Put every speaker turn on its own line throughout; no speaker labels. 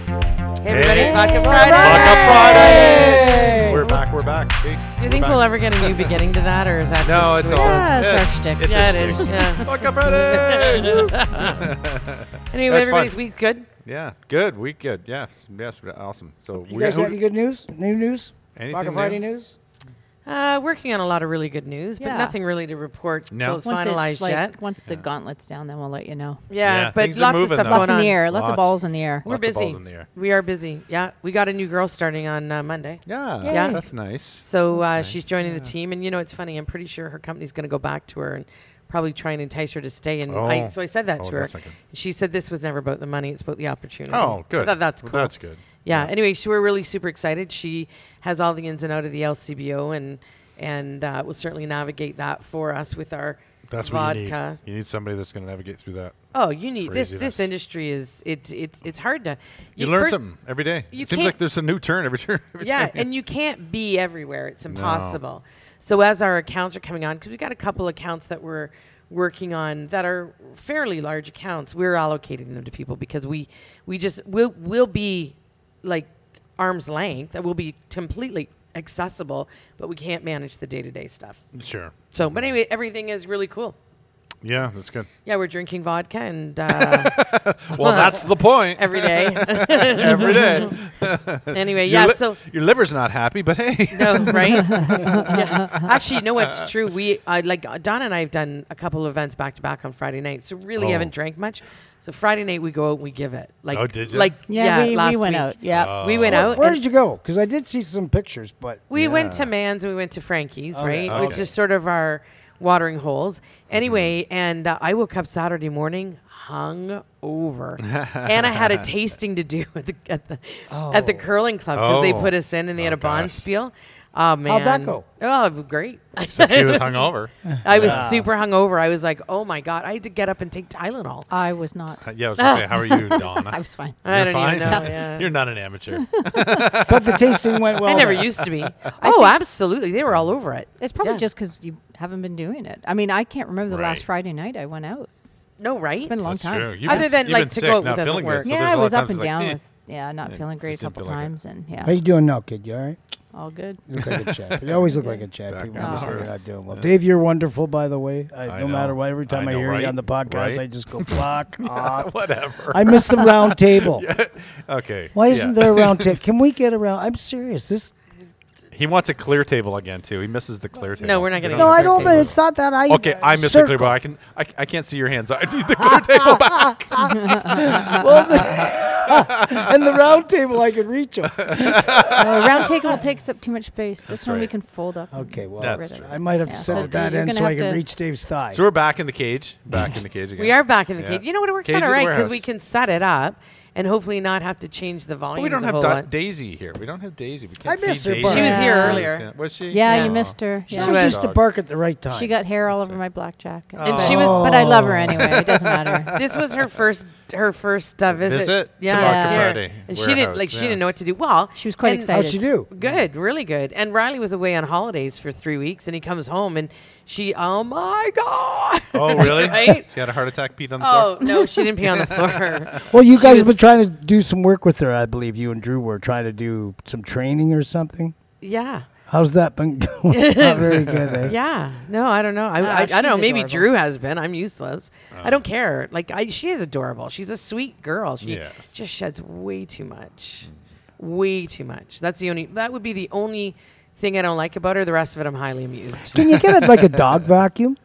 Hey, everybody,
Hey.
Vodka
Vodka
Friday.
Friday. We're back. We're back. Hey,
Do
we're
you think
back.
we'll ever get a new beginning to that, or is that
No, it's
just
all.
Yeah, it's our shtick.
It's
yeah,
a
it is.
shtick.
Yeah.
Vodka Friday. Woo.
Anyway,
That's
everybody's
fun.
week good.
yeah. Good. We good. Yes. Yes. we're Awesome. So
You
we
guys
who-
got any good news? New news?
Anything
Vodka
new?
Friday news?
Uh, working on a lot of really good news, but
Yeah.
nothing really to report
No.
till it's
Once
finalized
it's like
yet.
once the gauntlet's down, then we'll let you know.
Yeah,
Yeah,
but
things are
lots
moving,
of stuff
though.
Lots
going
in the
on.
air, lots,
Lots.
of balls in the air.
We're
Lots of
busy.
balls in the air.
We are busy. Yeah, we got a new girl starting on uh, Monday.
yeah.
Yeah.
That's nice.
So uh, she's joining the team, and you know it's funny. I'm pretty sure her company's going to go back to her and probably try and entice her to stay. And I,
Oh.
so I said that to
Oh,
her.
that's not good.
She said this was never about the money; it's about the opportunity.
Oh,
I
good.
thought that's cool.
Well, that's good.
Yeah. Anyway, she, we're really super excited. She has all the ins and out of the LCBO, and and uh, will certainly navigate that for us with our
That's what you
vodka.
need. You need somebody that's going to navigate through that.
Oh, you need this.
Craziness.
This industry is it. It it's hard to
You, learn
fir-
something every day.
you
It seems
can't-
like there's a new turn every turn. Every
yeah,
time.
and you can't be everywhere. It's impossible. So as our accounts are coming on, because we've got a couple accounts that we're working on that are fairly large accounts, we're allocating them to people because we we just will will be like arm's length. That will be completely accessible, but we can't manage the day to day stuff.
sure.
So, but anyway, everything is really cool.
Yeah, that's good.
Yeah, we're drinking vodka and uh,
Well, that's the point.
every day.
every day.
anyway,
Your
yeah.
li-
so
your liver's not happy, but hey.
No, right? yeah. Actually, you know what's true? We uh, like uh, Donna and I have done a couple of events back to back on Friday night, so really
Oh.
haven't drank much. So Friday night we go out and we give it. Like,
Oh, did ya? Oh.
Like,
Yeah,
yeah,
we,
last
we went
week.
out. Yeah,
Uh,
We went out.
Where
and
did you go? Because I did see some pictures, but
we went to Man's and we went to Frankie's, right?
Okay.
Which is sort of our watering holes. Anyway, and uh, I woke up Saturday morning hung over and I had a tasting to do at the at the, at the curling club because they
Oh.
put us in and they had
Oh,
a bond
gosh.
spiel. Oh man.
that go?
Oh, great.
Since he was hungover.
I was super hungover. I was like, oh my god, I had to get up and take Tylenol.
I was not.
Yeah, I was gonna say, how are you, Donna?
I was fine.
I don't
fine.
even know. yeah.
You're not an amateur.
but the tasting went well.
I never
then.
used to be. oh, absolutely. They were all over it.
It's probably
Yeah.
just because you haven't been doing it. I mean, I can't remember the
Right.
last Friday night I went out.
No, right?
It's been a long
That's
time.
true. You've
Other
been-
than,
you've
like,
been
to
sick,
go out
not
without
feeling
the
good, so
yeah,
there's
I
a lot
was
of
up
times
and
it's like,
down
eh.
with yeah, not
Yeah,
feeling great
just
a
didn't
couple
feel like it.
times, and
How
yeah,
you doing now, kid? You all right?
all good.
You look like a chap. You always look like a chap.
Back
Even when
on
you say
the
you're
horse.
not doing well. Dave, you're wonderful, by the way. I,
I
no
know.
matter what, every time
I
I,
know,
hear
right?
you on the podcast,
Right?
I just go fuck off.
Whatever.
I miss the round table.
okay.
Why
yeah.
isn't there a round table? Can we get around? I'm serious. This
He wants a clear table again too. He misses the clear table.
No, we're not
You
gonna get
know?
no,
the
I
clear
don't. But
table.
it's not that I.
Okay, I miss the clear table. I can. I, I can't see your hands. I need the clear table back.
Well, the- and the round table, I could reach them.
Uh, round table takes up too much space. This one we
right.
can fold up. and
Okay, well,
get
That's
rid of
true.
it.
I might have
Yeah,
to
so
set
do-
that
you're
in
gonna
so I
have
can
to-
reach Dave's thigh.
So we're back in the cage. Back in the cage again.
We are back in the
Yeah.
cage. You know what? It works
Cage
out
at
all
the
right because we
warehouse.
can set it up and hopefully not have to change the volume.
But we don't
a
have
whole
Da-
lot.
Daisy here. We don't have Daisy. We can't
I miss
feed
her,
Daisy.
but-
She was here
Yeah.
earlier.
Yeah. Was she?
Yeah, you
Oh.
missed her.
She
Yeah.
was just
Dog.
to bark at the right time.
She got hair all over my black jacket.
Oh.
And
but-
she was-
but I love her anyway. It doesn't matter.
This was her first her first uh, visit.
Visit to
yeah,
Vodka
here.
Friday
and she didn't
warehouse,
like she didn't know
yes.
what to do. Well,
She was quite
and- oh,
excited.
How'd she do?
Good, really good. And Riley was away on holidays for three weeks, and he comes home, and she, oh my god!
Oh, really?
right?
She had a heart attack. Peed on the
Oh
floor.
no, she didn't pee on the floor.
Well, you
She
guys
was-
have been trying to do some work with her, I believe. You and Drew were trying to do some training or something.
yeah,
How's that been going? Not very good. Eh?
yeah. No, I don't know. I,
Ah,
I, I don't know.
she's
Maybe
adorable.
Drew has been. I'm useless.
Oh.
I don't care. Like I, she is adorable. She's a sweet girl. She
Yes.
just sheds way too much, way too much. That's the only. That would be the only thing I don't like about her. The rest of it, I'm highly amused.
Can you get it like a dog vacuum?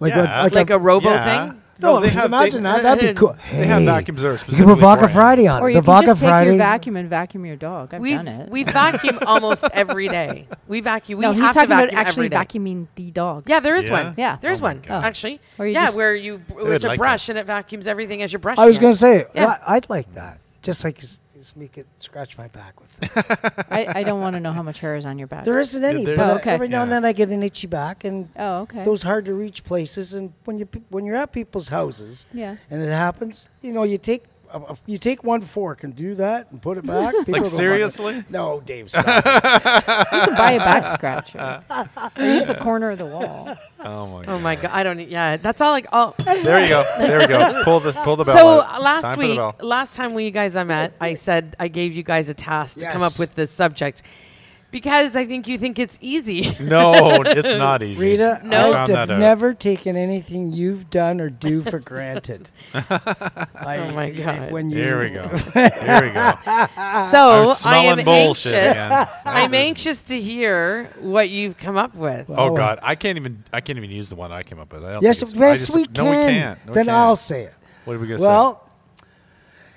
Like
Yeah.
a like,
like
a,
a robo
Yeah.
thing.
no.
they have.
imagine
they,
that. That'd be cool. Hey,
They have vacuums that are
You can
specifically
put Vodka
for
Friday on
Or
it.
you
The
can
Vodka
just take
Friday.
your vacuum and vacuum your dog. I've
We
done it.
we vacuum almost every day. We vacuum. We
no,
have
he's
to
talking about
vacuum every
actually
day.
vacuuming the dog.
Yeah, there is
Yeah?
one.
Yeah.
there's
Oh my
one
God.
actually.
Or you
yeah,
just-
where you it's
would
a
like
brush and it vacuums everything as you're brushing.
I was
it.
gonna say,
Yeah.
I- I'd like that. Just like s- just make it scratch my back with. It.
I, I don't want to know how much hair is on your back.
There isn't any,
there's-
but
Oh, okay.
every now and
Yeah.
then I get an itchy back, and
Oh, okay.
those hard to reach places. And when you pe- when you're at people's houses,
Yeah.
and it happens, you know, you take a- a- you take one fork and do that and put it back. people
Like
go fucking-
seriously?
No, Dave. Stop. it.
You can buy a back scratcher. or use the corner of the wall.
Oh my
Oh
god.
my god, I don't. Yeah, that's all. Like, oh,
There you go. There you go. Pull this. Pull the bell.
so uh,
out.
last
Time for the
week,
bell.
last time when you guys I met, I said I gave you guys a task to come up
Yes.
with the subject because I think you think it's easy.
No, it's not easy.
Rita,
No.
I've
Found that out.
never taken anything you've done or do for granted. I-
Oh my God.
When you,
Here we go. Here we go.
so
I'm
Oh, I
smelling
am
bullshit
anxious.
again.
I'm anxious to hear what you've come up with.
Oh
Oh.
god, I can't even. I can't even use the one I came up with. I don't
Yes,
think it's- I
yes,
just-
we
No,
can.
we can't. No, we
then
can't.
I'll say it.
What are we gonna say?
Well,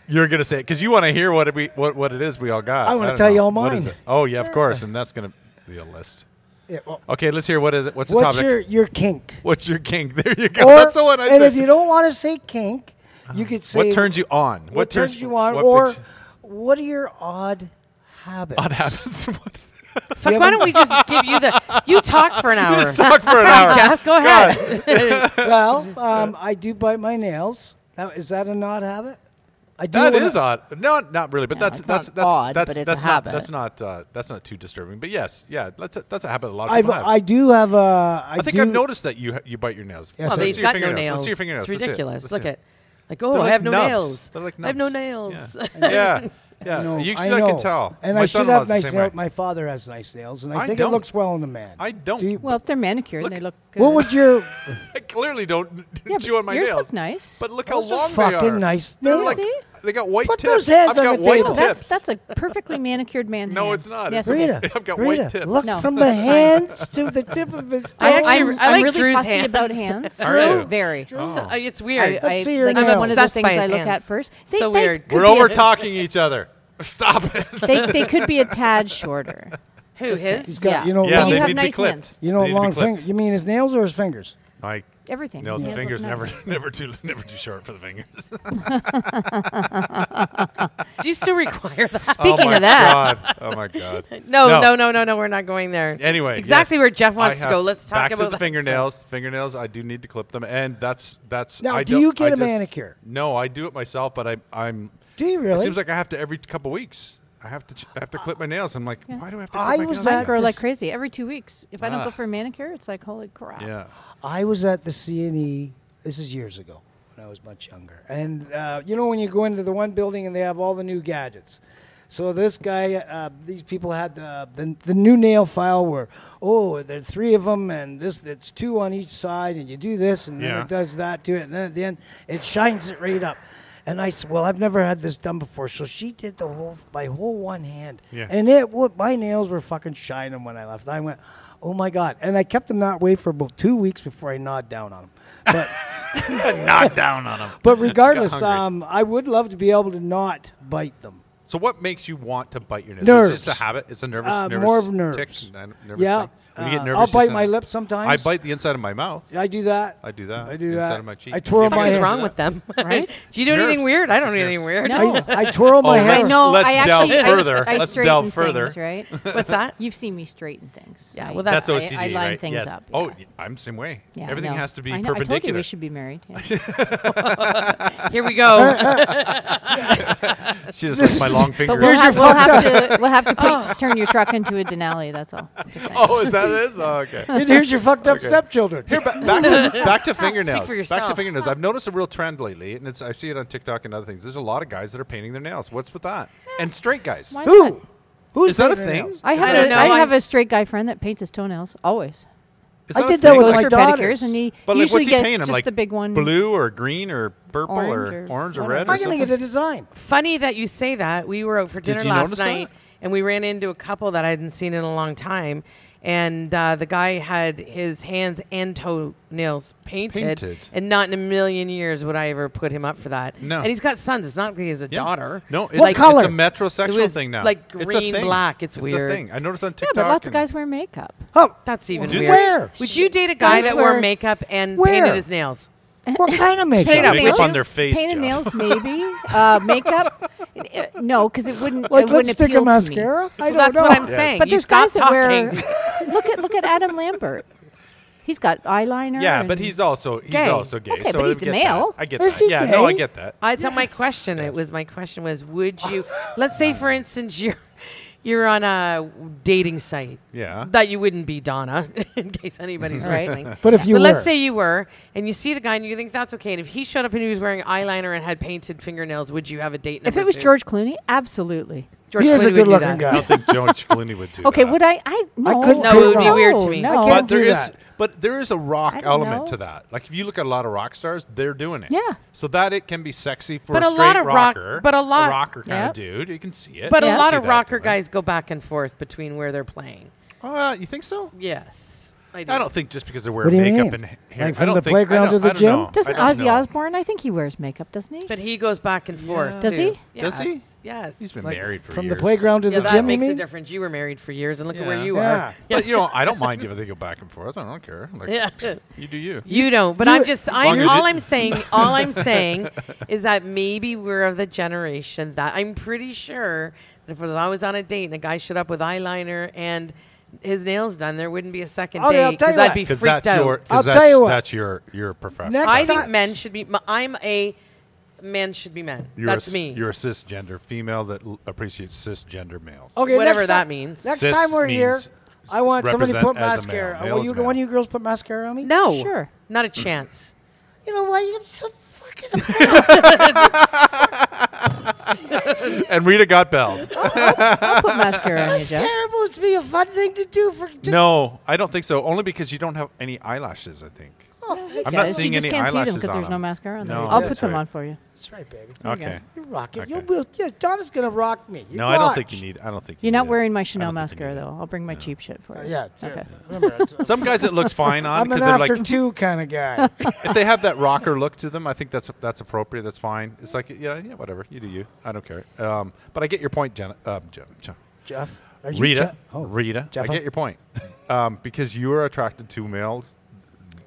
You're gonna say it because you want to hear what we what, what it is we all got.
I wanna
don't
tell
know.
you all
What
mine.
is it? Oh yeah, of course, and that's gonna be a list.
yeah, well,
Okay, let's hear what is it. What's the
what's
topic?
your your kink?
what's your kink? There you go.
Or-
that's the one I
and
said.
if you don't want to say kink, you could say
what turns you on?
what turns you on,
what
or
picks-
what are your odd habits?
odd habits? What-
Fuck, why don't we just give you the? You talk for an hour.
Just talk for an hour.
Jeff, go ahead.
well, um, I do bite my nails. Now, is that an odd habit? I do.
That
when I-
is odd. No, not really. But
No,
that's
it's
that's
not
that's
odd,
that's
but it's a
that's not
habit.
that's not uh, that's not too disturbing. But yes, yeah, that's a, that's a habit a lot of
I've,
people have.
I do have a. I,
I think
do,
I've noticed that you you bite your nails.
well,
Yes, Let's
Oh, they've
see
your
got no
fingernails.
nails.
Let's see your fingernails.
It's
Let's see it.
ridiculous.
Let's
Look
see it.
at, like, oh,
They're
I
like
have no
nubs.
nails.
They're like
I have no
nubs.
nails.
Yeah, yeah. yeah.
No,
you
I
I, can
know.
tell.
And
my
I should
son-in-law's
have
the
nice
same
nails.
way.
My father has nice nails, and I,
I
think
don't.
it looks well on a man.
I don't.
Do you-
Well, if they're manicured,
Look-
they look good.
what would your
I clearly don't
yeah,
chew on
but
my
yours
nails.
look nice.
But look
Those
how
are
long they
fucking
are.
nice
They're
nails.
like-
See?
They got white
Put
tips.
those hands
I've
on
got
the
white
table.
no,
tips.
that's that's a perfectly manicured man.
No,
hand.
it's not.
Yes,
It's-
it
Rita?
is.
I've got white
Rita,
tips.
look
No.
from the hands to the tip of his.
I
toes.
actually- I
I'm,
like
I'm really
Drew's
fussy
hands.
about hands.
Are you?
Very.
Oh.
So, uh, it's
I,
weird.
Let's
I,
see your
like, that's one of the
nails.
things I
Obsessed by
look
his
at
hands.
first. They,
So
they
weird.
could
We're
be a-
over talking each other. Stop it.
They, they could be a tad shorter.
Who
He's
his?
got,
Yeah.
you know,
Yeah,
long,
they
they
have
need to be
nice
clipped.
hands.
you know,
They need to be
long
clipped.
fingers. You mean his nails or his fingers?
I
Everything.
nails
His
and
look
fingers never
nice.
never too never too short for the fingers.
Do you still require that?
Speaking
oh my
of that,
God. Oh my god.
No,
No.
no, no, no, no, We're not going there.
Anyway,
exactly
yes,
where Jeff
I
wants to
have-
go. Let's talk
back
about
to the
that
fingernails. Fingernails, I do need to clip them, and that's that's.
Now,
I
do you
don't- I
get a
just-
manicure?
No, I do it myself, but I, I'm.
Do you really?
It seems like I have to every couple weeks. I have to ch- I have to clip my nails. I'm like, why do I have to? clip
I
my
was
nails?
at
I grow like
this-
crazy every two weeks. If I don't go
Ugh.
for a manicure, it's like holy crap.
Yeah.
I was at the CNE. This is years ago when I was much younger. And uh, you know when you go into the one building and they have all the new gadgets. So this guy, uh, these people had the, the the new nail file where oh there are three of them and this it's two on each side and you do this and then
Yeah.
it does that to it and then at the end it shines it right up. And I said, well, I've never had this done before. So she did the whole my whole one hand.
Yeah.
And it would my nails were fucking shining when I left. I went, oh my god! And I kept them that way for about two weeks before I gnawed down on them. But
Knock down on them.
but regardless,
hungry.
um, I would love to be able to not bite them.
So what makes you want to bite your nails? It's
Nerves.
just a habit. It's a nervous,
Uh,
nervous
more of
tick,
nerves.
n- nervous
Yeah,
thing. When you
uh,
get
I'll
nervous, it's
bite
an-
my lip sometimes.
I bite the inside of my mouth.
I do that.
I do that.
I do
Inside
that.
of my cheek.
I twirl
What
my
is
hair.
wrong with them?
Right?
Do you do
It's
anything
nerves.
weird? I don't
It's
do anything weird.
nerves.
No.
I, I twirl my
Oh,
hair.
I
Let's-
know.
let's
I
delve
actually, I s-
further.
I,
Let's
straighten
delve further.
things, right?
What's that?
You've seen me straighten things.
Yeah,
I-
well,
That's
I-
OCD,
I, I line
right?
things
yes.
up.
Oh,
yeah.
I'm the same way.
Yeah,
Everything
no.
has to be
I know, I told you
perpendicular.
we should be married. yeah.
Here we go.
she just likes my long
But
fingers.
we'll have, we'll have to we'll have to put, turn your truck into a Denali. That's all. I'm just saying.
oh, is that this? Oh, okay.
And here's your fucked up
Okay.
stepchildren.
Here, ba- back to back to fingernails. Back to
yourself.
fingernails. I've noticed a real trend lately, and it's I see it on TikTok and other things. There's a lot of guys that are painting their nails. What's with that? And straight guys.
Why not?
Who? Who's
Is that a
painting
thing?
nails?
I
I
have
don't
a
know.
I
I
have a
s-
straight guy friend that paints his toenails always.
Is
I
a
did that
thing?
with
Goes
my
for
daughters.
pedicures, and he
But like,
usually
what's he
gets
painting?
just
like
the big one.
blue or green or purple or
Orange or
orange or
whatever.
red.
Am
Or
I gonna
something?
get a design?
Funny that you say that. We were out for dinner
you
last
notice that?
night, and we ran into a couple that I hadn't seen in a long time. And uh, the guy had his hands and toenails painted,
Painted.
and not in a million years would I ever put him up for that.
No.
and he's got sons. It's not like he has a
Yeah.
daughter.
No, it's,
What color?
it's a metrosexual
It was,
thing now.
like,
It's a
green,
thing.
black. It's
a
weird.
thing. I noticed on
Yeah,
TikTok.
but lots of
and-
guys wear makeup.
Oh,
That's even
Do
weird.
Where?
Would you date a guy
Guys
that wore
wear-
makeup and
Where?
painted his nails?
what kind of
Straight up.
makeup?
Makeup
nails,
on their face,
painted
Jeff.
nails, maybe uh, makeup. Uh, No, because it wouldn't.
Like
it wouldn't
lipstick
appeal
or mascara?
Well,
I don't
that's
know.
what I'm
Yes.
saying.
But
You
there's
stop
guys that
talking.
wear. look at look at Adam Lambert. He's got eyeliner.
Yeah, but
and-
he's also he's
Gay.
also gay.
Okay,
so
but
I
he's
get
male.
That. I get
Is
that.
he
Yeah, no, I
gay?
get that.
I thought my question. It was my question was, would you, let's say for instance, you're you're on a dating site.
Yeah.
That you wouldn't be Donna, in case anybody's
Right.
listening.
But if you
but let's
were.
say you were, and you see the guy, and you think that's okay. And if he showed up and he was wearing eyeliner and had painted fingernails, would you have a date?
if
number
it was
two?
George Clooney, absolutely.
George
He is a
Clooney would do
good-looking
that.
I
guy.
don't think George Clooney would do
Okay,
that.
would I? I no.
couldn't
No, it would be
no,
weird to me.
No.
I
But
can't
there
do
is,
that.
but there is a rock
I don't
element
know.
to that. Like if you look at a lot of rock stars, they're doing it.
Yeah.
So that it can be sexy for
But
a
a
straight
lot of rock-
rocker,
but a lot-
rocker kind
Yep.
of dude. You can see it.
But
Yeah.
a
See
lot of
that
rocker
doing it.
guys go back and forth between where they're playing.
Uh, you think so?
Yes, I do.
I don't think just because they're
do
wearing
you
makeup
mean?
and hair.
Like
I
from
don't
the
think, I
playground
don't-
to the
I don't know.
gym?
Doesn't
I don't
Ozzy
know.
Osbourne? I think he wears makeup, doesn't he?
But he goes back and forth.
Does
too.
he?
Does he?
Yes, Yes.
He's been
Like,
married for
from
years.
the playground to
yeah,
the
that
gym. you
makes a
mean?
difference. You were married for years, and look at
Yeah.
where you
Yeah.
are.
But you know, I don't mind if they go back and forth. I don't care. Like,
Yeah.
you do you.
You don't, but
You-
I'm just.
long
I'm
as
all
you-
I'm saying. All I'm saying is that maybe we're of the generation that I'm pretty sure that if I was on a date and a guy showed up with eyeliner and his nails done, there wouldn't be a second
Oh, yeah, I'll
date
tell you
I'd
what.
be
Because
freaked
that's
out.
your.
I'll
Because that's,
tell you what.
that's your your profession.
Next-
I think
Stop.
men should be. I'm a. Men should be men.
You're a
that's
s-
me.
You're a cisgender female that l- appreciates cisgender males.
Oh,
Okay,
Whatever
next
that
ti-
means.
Next
Cis
time we're here,
means
I want somebody to
represent
put
as a male.
mascara.
Male
Will
is
you,
male.
one of you girls put mascara on me?
no,
Sure.
not a chance.
You know why? You're so fucking.
And Rita got belled.
I'll put mascara on you,
That's
Jeff.
terrible. It's be a fun thing to do for. to-
no, I don't think so. Only because you don't have any eyelashes. I think.
Oh,
I'm
Yeah,
not
she
seeing
just
any
can't see them
eyelashes
because
on
there's no
him.
mascara on there.
No,
I'll
that's
put some
right.
on for you.
that's right, baby.
Okay.
You're rocking.
Okay.
You'll be, yeah, Donna's gonna rock me. You
No, I don't think
watch.
you need. I don't think you
You're not
need it.
wearing my
I
Chanel
don't think you
mascara
need it.
though. I'll bring my cheap shit for
Uh,
you.
Yeah. yeah.
Okay.
Remember, it's-
Some guys it looks fine on
I'm an
because they're like
after two kind of guy.
if they have that rocker look to them, I think that's that's appropriate. That's fine. It's like yeah, yeah, whatever. You do you. I don't care. Um, but I get your point, Jen. Um, Jen, Jen-
Jeff, are you
Rita,
Je- oh.
Rita.
Jeff-
I get your point um, because you are attracted to males.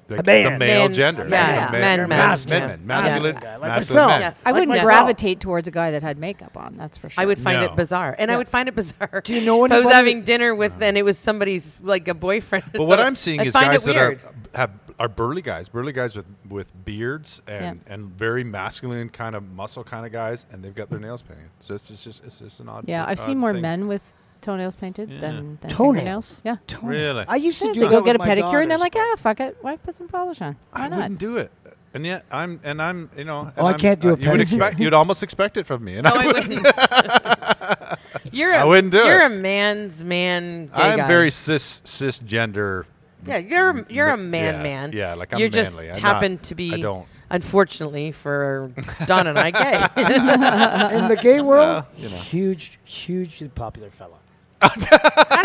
The,
A man.
the male
Men-
gender.
men,
Like the
men,
men,
men,
mas-
yeah.
men, men, masculine,
Yeah. Like
masculine men.
myself.
I
Like
wouldn't
myself.
gravitate towards a guy that had makeup on. That's for sure.
I would find
No.
it bizarre, and I would find it bizarre. Do
you know
if I was
anybody
having dinner with, and it was somebody's like a boyfriend?
But what I'm seeing
I
is
find
guys
it
that are
weird.
have are burly guys, burly guys with with beards and and very masculine kind of muscle kind of guys, and they've got their nails painted. So it's just, it's just it's just an odd.
Yeah, I've seen
odd
more
thing.
men with toenails painted than, than
Toenails?
fingernails. Yeah.
Really?
I used to
Yeah,
do
they
that
go
with
get a
my
pedicure and they're
daughters,
like,
but-
ah, fuck it. Why put some polish on? Why
I
not?
wouldn't do it. And yet I'm and I'm you know.
Oh, I can't do a
it. You would
pedicure.
expect you'd almost expect it from me, and
No,
I
Oh, I
would.
wouldn't. you're a,
I wouldn't do
You're
it.
a man's man. Gay
I'm
guy.
very cis cisgender.
Yeah, you're a- you're a
Yeah,
man, man.
yeah, like I'm
you just
manly. I'm
happen
not-
to be.
I don't.
Unfortunately for Don and I, gay.
"Ah."
in the gay world,
you know.
huge, hugely popular fella.
How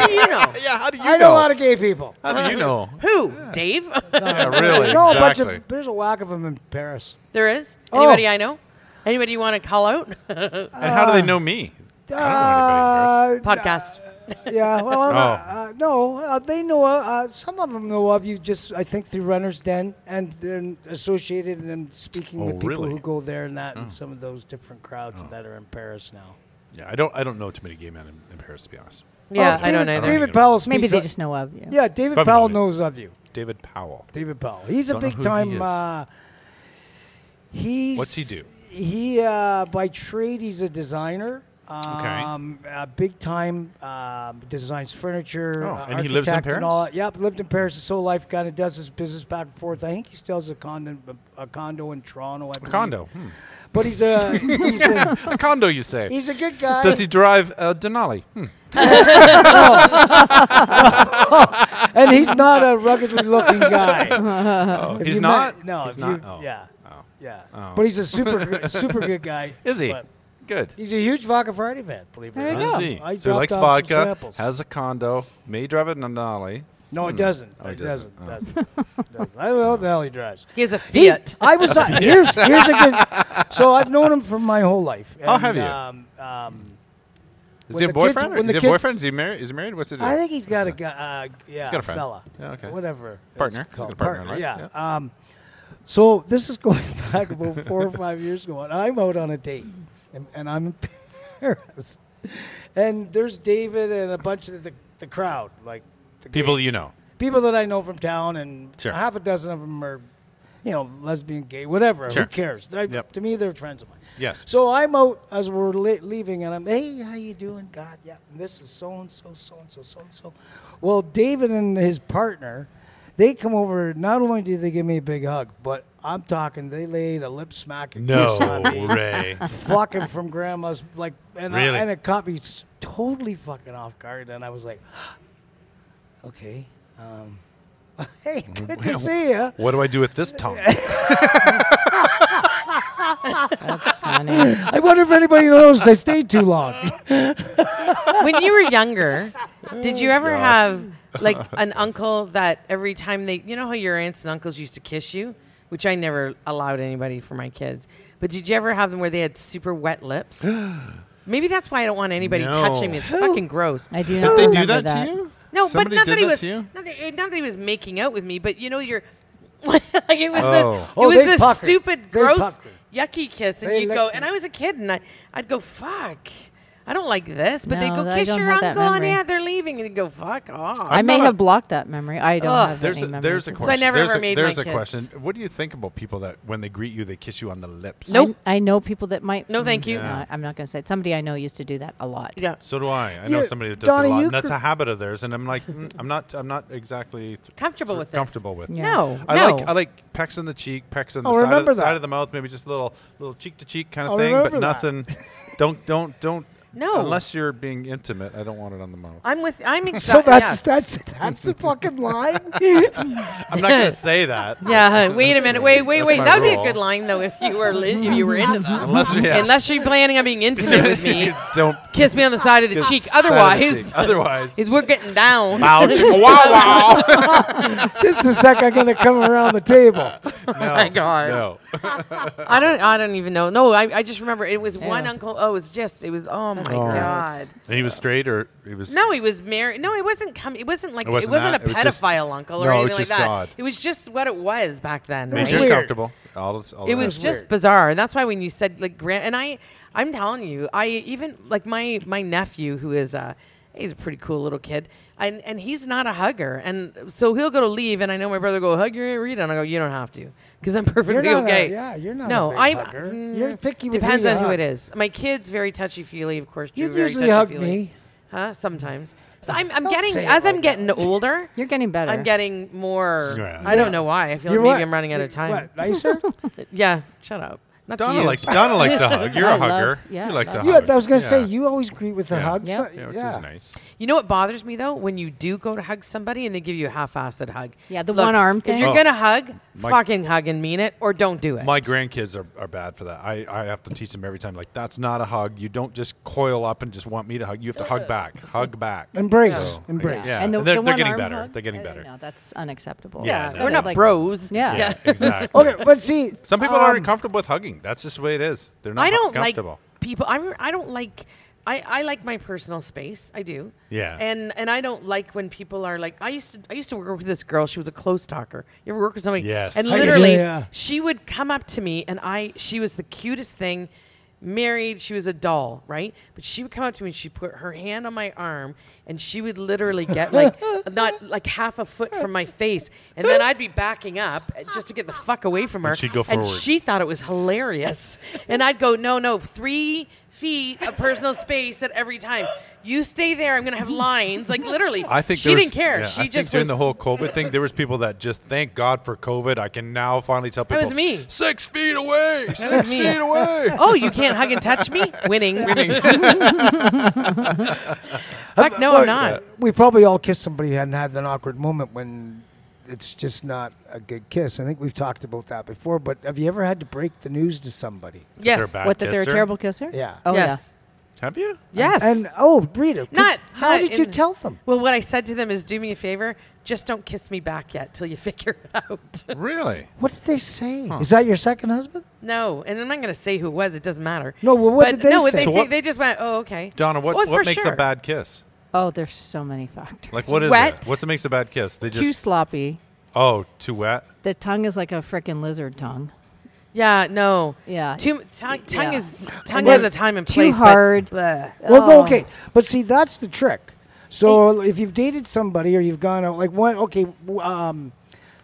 do you know?
Yeah, how do you
I know a lot of gay people.
how do you know?
Who? Dave?
yeah, really?
No, a bunch
exactly.
of there's a whack of them in Paris.
there is
Oh.
anybody I know. Anybody you want to call out?
and how do they know me? I don't know anybody in Paris.
Uh,
Podcast.
yeah, well, uh,
Oh.
uh, no, uh, they know. Uh, some of them know of you just, I think, through Runner's Den, and they're associated and then speaking
Oh,
with people
really? Oh.
who go there and that, and some of those different crowds that are in Paris now.
Yeah, I don't. I don't know too many gay men in, in Paris, to be honest.
Yeah,
Oh,
I don't
David-
know.
either.
David Powell. Speaks
Maybe they
up-
just know of you.
Yeah, David
Probably
Powell
not.
knows of you.
David Powell.
David Powell. He's a
Don't know who
big
he
time.
is.
uh, he's
What's he do?
He uh, by trade he's a designer. Um, uh, big time um, designs furniture.
Oh,
uh,
and he lives in
architect and all
Paris?
that. yep, lived in Paris his whole life. Kind of does his business back and forth. I think he still has a condo, a condo in Toronto. I
A
believe.
condo. Hmm.
But he's a he's a,
A condo, you say?
he's a good guy.
Does he drive a Denali? Hmm.
and he's not a ruggedly looking guy. If
Oh, he's
you
not.
met- no,
he's
if you-
not. Oh.
Yeah.
Oh.
Yeah.
Oh.
But he's a super good- super good guy.
Is he?
But
Good.
he's a huge vodka Friday fan, believe it or
There
not.
you
I
go.
see.
I
so he
dropped
likes
off some
vodka,
samples.
has a condo, may drive a Denali.
No, it doesn't.
Oh,
it
it doesn't.
doesn't. doesn't. Doesn't. I don't know what the hell he drives.
He has a Fiat.
I was not, here's here's a good. So I've known him for my whole life.
How have you?
Um, um,
Is he a
When the kids-
boyfriend?
when
is
the
he a
kid-
boyfriend? Is he married? Is he married? What's it?
I think he's got a guy. Uh, yeah,
got a friend.
fella.
Yeah, okay.
Whatever. it's
Partner. He's got
called.
a partner in life,
Yeah. Um, so this is going back about four or five years ago, and I'm out on a date, and, and I'm in Paris, and there's David and a bunch of the the crowd, like the
people you know.
people that I know from town, and
Sure.
half a dozen of them are, you know, lesbian, gay, whatever.
Sure.
Who cares? I-
Yep.
To me, they're friends of mine.
Yes.
So I'm out as we're le- leaving, and I'm, hey, how you doing? God, yeah, this is so and so, so and so, so and so. Well, David and his partner, they come over. Not only did they give me a big hug, but I'm talking. They laid a lip smack and
No,
kiss on me
Ray.
fucking from grandma's like and
Really?
I, and it caught me s- totally fucking off guard and I was like okay um hey good to see you
What do I do with this tongue?
That's funny.
I wonder if anybody noticed I stayed too long
when you were younger, did you ever
Oh, gosh.
have like an uncle that every time they, you know how your aunts and uncles used to kiss you, which I never allowed anybody for my kids. But did you ever have them where they had super wet lips? Maybe that's why I don't want anybody
No.
touching me. It's fucking gross.
I do.
Did
not
they do
remember
that, to you?
No, but
Somebody
not
did
that he was
to you.
Not, that, eh, not that he was making out with me, but you know you're like it was
Oh.
this,
Oh,
it
they
was this
puckered. They
stupid, gross,
puckered.
yucky kiss, and
They
you
licked
go.
me.
And I was a kid, and I, I'd go, "Fuck, I don't like this." But they
No,
go,
I
"Kiss
don't
your
have that
uncle," and
memory.
yeah, they're leaving, and you go, "Fuck off."
I may
not a-
have blocked that memory. I don't
Ugh.
have
There's
any
a,
memories.
there's a
of
question.
I never
there's
ever
a,
made
there's
my
a
kids.
question. What do you think about people that when they greet you they kiss you on the lips?
that.
Nope.
I, I know people that might.
No, thank you.
No, I'm not going to say it. Somebody I know used to do that a lot.
yeah.
So do I. I know
You-
somebody that does
Donna,
it a lot.
you
And that's
cr-
a habit of theirs. And I'm like, mm, I'm not. I'm not exactly th-
Comfortable with this.
Comfortable with.
Yeah.
No,
I
no.
like I like pecks in the cheek, pecks in the
Oh,
side, of
remember
the,
that.
side of the mouth, maybe just a little little cheek to cheek kind of
Oh,
thing, but
remember that.
nothing. don't don't don't.
No.
Unless you're being intimate, I don't want it on the mouth.
I'm with. I'm excited.
so that's that's that's the fucking line
I'm not gonna say that.
Yeah, wait a minute. Wait, wait,
That's
wait.
my
That would be a
rule.
good line though if you were li- if you were into that.
Unless yeah.
Unless you're planning on being intimate with me,
don't
kiss me on the side of the
kiss
cheek.
side of the
Otherwise,
cheek. Otherwise.
is we're getting down.
Wow, chicka wow wow.
just a sec I'm gonna come around the table
No,
Oh my God.
No.
I don't. I don't even know. No, I, I just remember it was one
Ew.
uncle. Oh, it was just. It was. Oh my
gross.
god.
And he was straight, or he was
No, he was married. No, it wasn't coming. It wasn't like.
It
It
wasn't
wasn't,
that.
a
It was just-
pedophile uncle or
No, it was
anything like
just
that.
odd.
It was just what it was back then.
Made
Right?
you
Weird.
uncomfortable. All, this- all
It
that.
was just bizarre, and that's why when you said like grand, and I, I'm telling you, I even like my my nephew who is uh he's a pretty cool little kid, and and he's not a hugger, and so he'll go to leave, and I know my brother go hug your Aunt Rita, and I go you don't have to because I'm
you're
perfectly
not
okay.
a, yeah you're not
no,
a big
I'm
hugger.
mm,
you're picky with
Depends
who
on
you
who
hug.
it is. My kid's very touchy feely, of course.
you
very
usually hug
touchy-feely.
me
huh? Sometimes. So I'm, I'm
Don't say
getting
it
as I'm
like
getting older.
You're getting better.
I'm getting more.
Yeah.
I don't know why. I feel
You're
like maybe
what?
I'm running out of
You're
time.
what, nicer
Yeah, shut up. Not to
Donna
you.
likes Donna likes to hug. You're
I
a
love-
hugger.
yeah,
you like to
love-
you,
hug.
I was gonna say
Yeah.
you always agree with the
Yeah.
hugs
Yeah.
Yeah, which is nice.
You know what bothers me though? When you do go to hug somebody and they give you a half-assed hug.
Yeah, the one-arm
If
thing.
you're
Oh.
gonna hug,
My-
fucking hug and mean it, or don't do it.
My grandkids are, are bad for that. I, I have to teach them every time, like, that's not a hug. You don't just coil up and just want me to hug. You have to hug back. Hug back.
Embrace.
So,
Embrace.
Yeah. And, they're, they're getting better. They're getting better.
Uh, No, that's unacceptable.
Yeah,
It's
no.
gotta,
We're not
like-
bros.
Yeah.
Yeah, exactly.
okay but see
Some people
um,
aren't comfortable with hugging. That's just the way it is. They're not
I don't like
comfortable.
people. I'm. I don't like. I, I like my personal space. I do.
Yeah.
And and I don't like when people are like. I used to I used to work with this girl. She was a close talker. You ever work with somebody?
Yes.
And
I
do,
literally,
yeah.
she would come up to me, and I. She was the cutest thing. Married, she was a doll, right? But she would come up to me and she put her hand on my arm, and she would literally get like not like half a foot from my face, and then I'd be backing up just to get the fuck away from her.
she'd go
and
forward.
she thought it was hilarious. And I'd go, no, no, three feet of personal space at every time. You stay there. I'm going to have lines. Like literally,
I think
she
there was-
didn't care.
yeah,
she
I
just
think during
was,
the whole COVID thing, there was people that just thank God for COVID. I can now finally tell people
was me.
six feet away,
That was
six
me.
feet away.
Oh, you can't hug and touch me? Winning. Fuck no, I'm not.
We probably all kissed somebody and had an awkward moment when it's just not a good kiss. I think we've talked about that before, but have you ever had to break the news to somebody?
Yes.
They're bad.
What, that they're a
Kisser?
terrible kisser?
Yeah.
Oh,
yes.
Have you?
Yes.
And oh, Rita, could-
Not-
how
not
did you
in-
tell them?
well, what I said to them is, do me a favor. Just don't kiss me back yet till you figure it out.
Really?
What did they say? Is that your second husband?
No, and I'm not going to say who it was. It doesn't matter.
No, well, what
But
did they
no,
say?
they
So
what-
they just went, oh, okay.
Donna, what,
Oh, for
what makes
sure.
a bad kiss?
yeah. Oh, there's so many factors.
Like what is
Wet.
it? What's what makes a bad kiss? They
Too
just
sloppy.
oh too wet.
The tongue is like a frickin' lizard tongue.
Yeah, no.
Yeah.
Too, tongue tongue
Yeah.
is tongue
Well,
has a time and
too
place. but-
hard.
Bleh.
Well, no,
Oh.
okay, but see, that's the trick. So if you've dated somebody or you've gone out, like one, okay, w- um,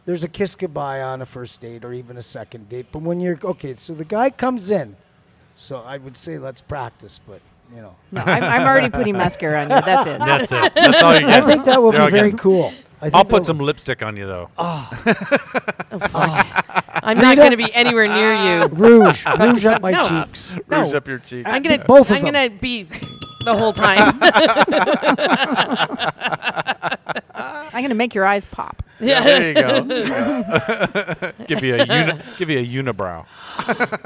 there's a kiss goodbye on a first date or even a second date. But when you're, okay, so the guy comes in. So I would say let's practice, but, you know.
No, I'm, I'm already putting mascara on you. That's it.
That's it. That's all you
I
get.
think that will
There
be
I get
very
it.
cool. I think
I'll
that
put
would-
some lipstick on you though.
Oh, I'm not going to be anywhere near you.
Rouge. Rouge up my
No.
cheeks.
No.
Rouge up your cheeks.
I'm gonna
Both of
I'm
them.
gonna be the whole time.
I'm gonna make your eyes pop.
Yeah, there you go.
give you a uni- give you a unibrow.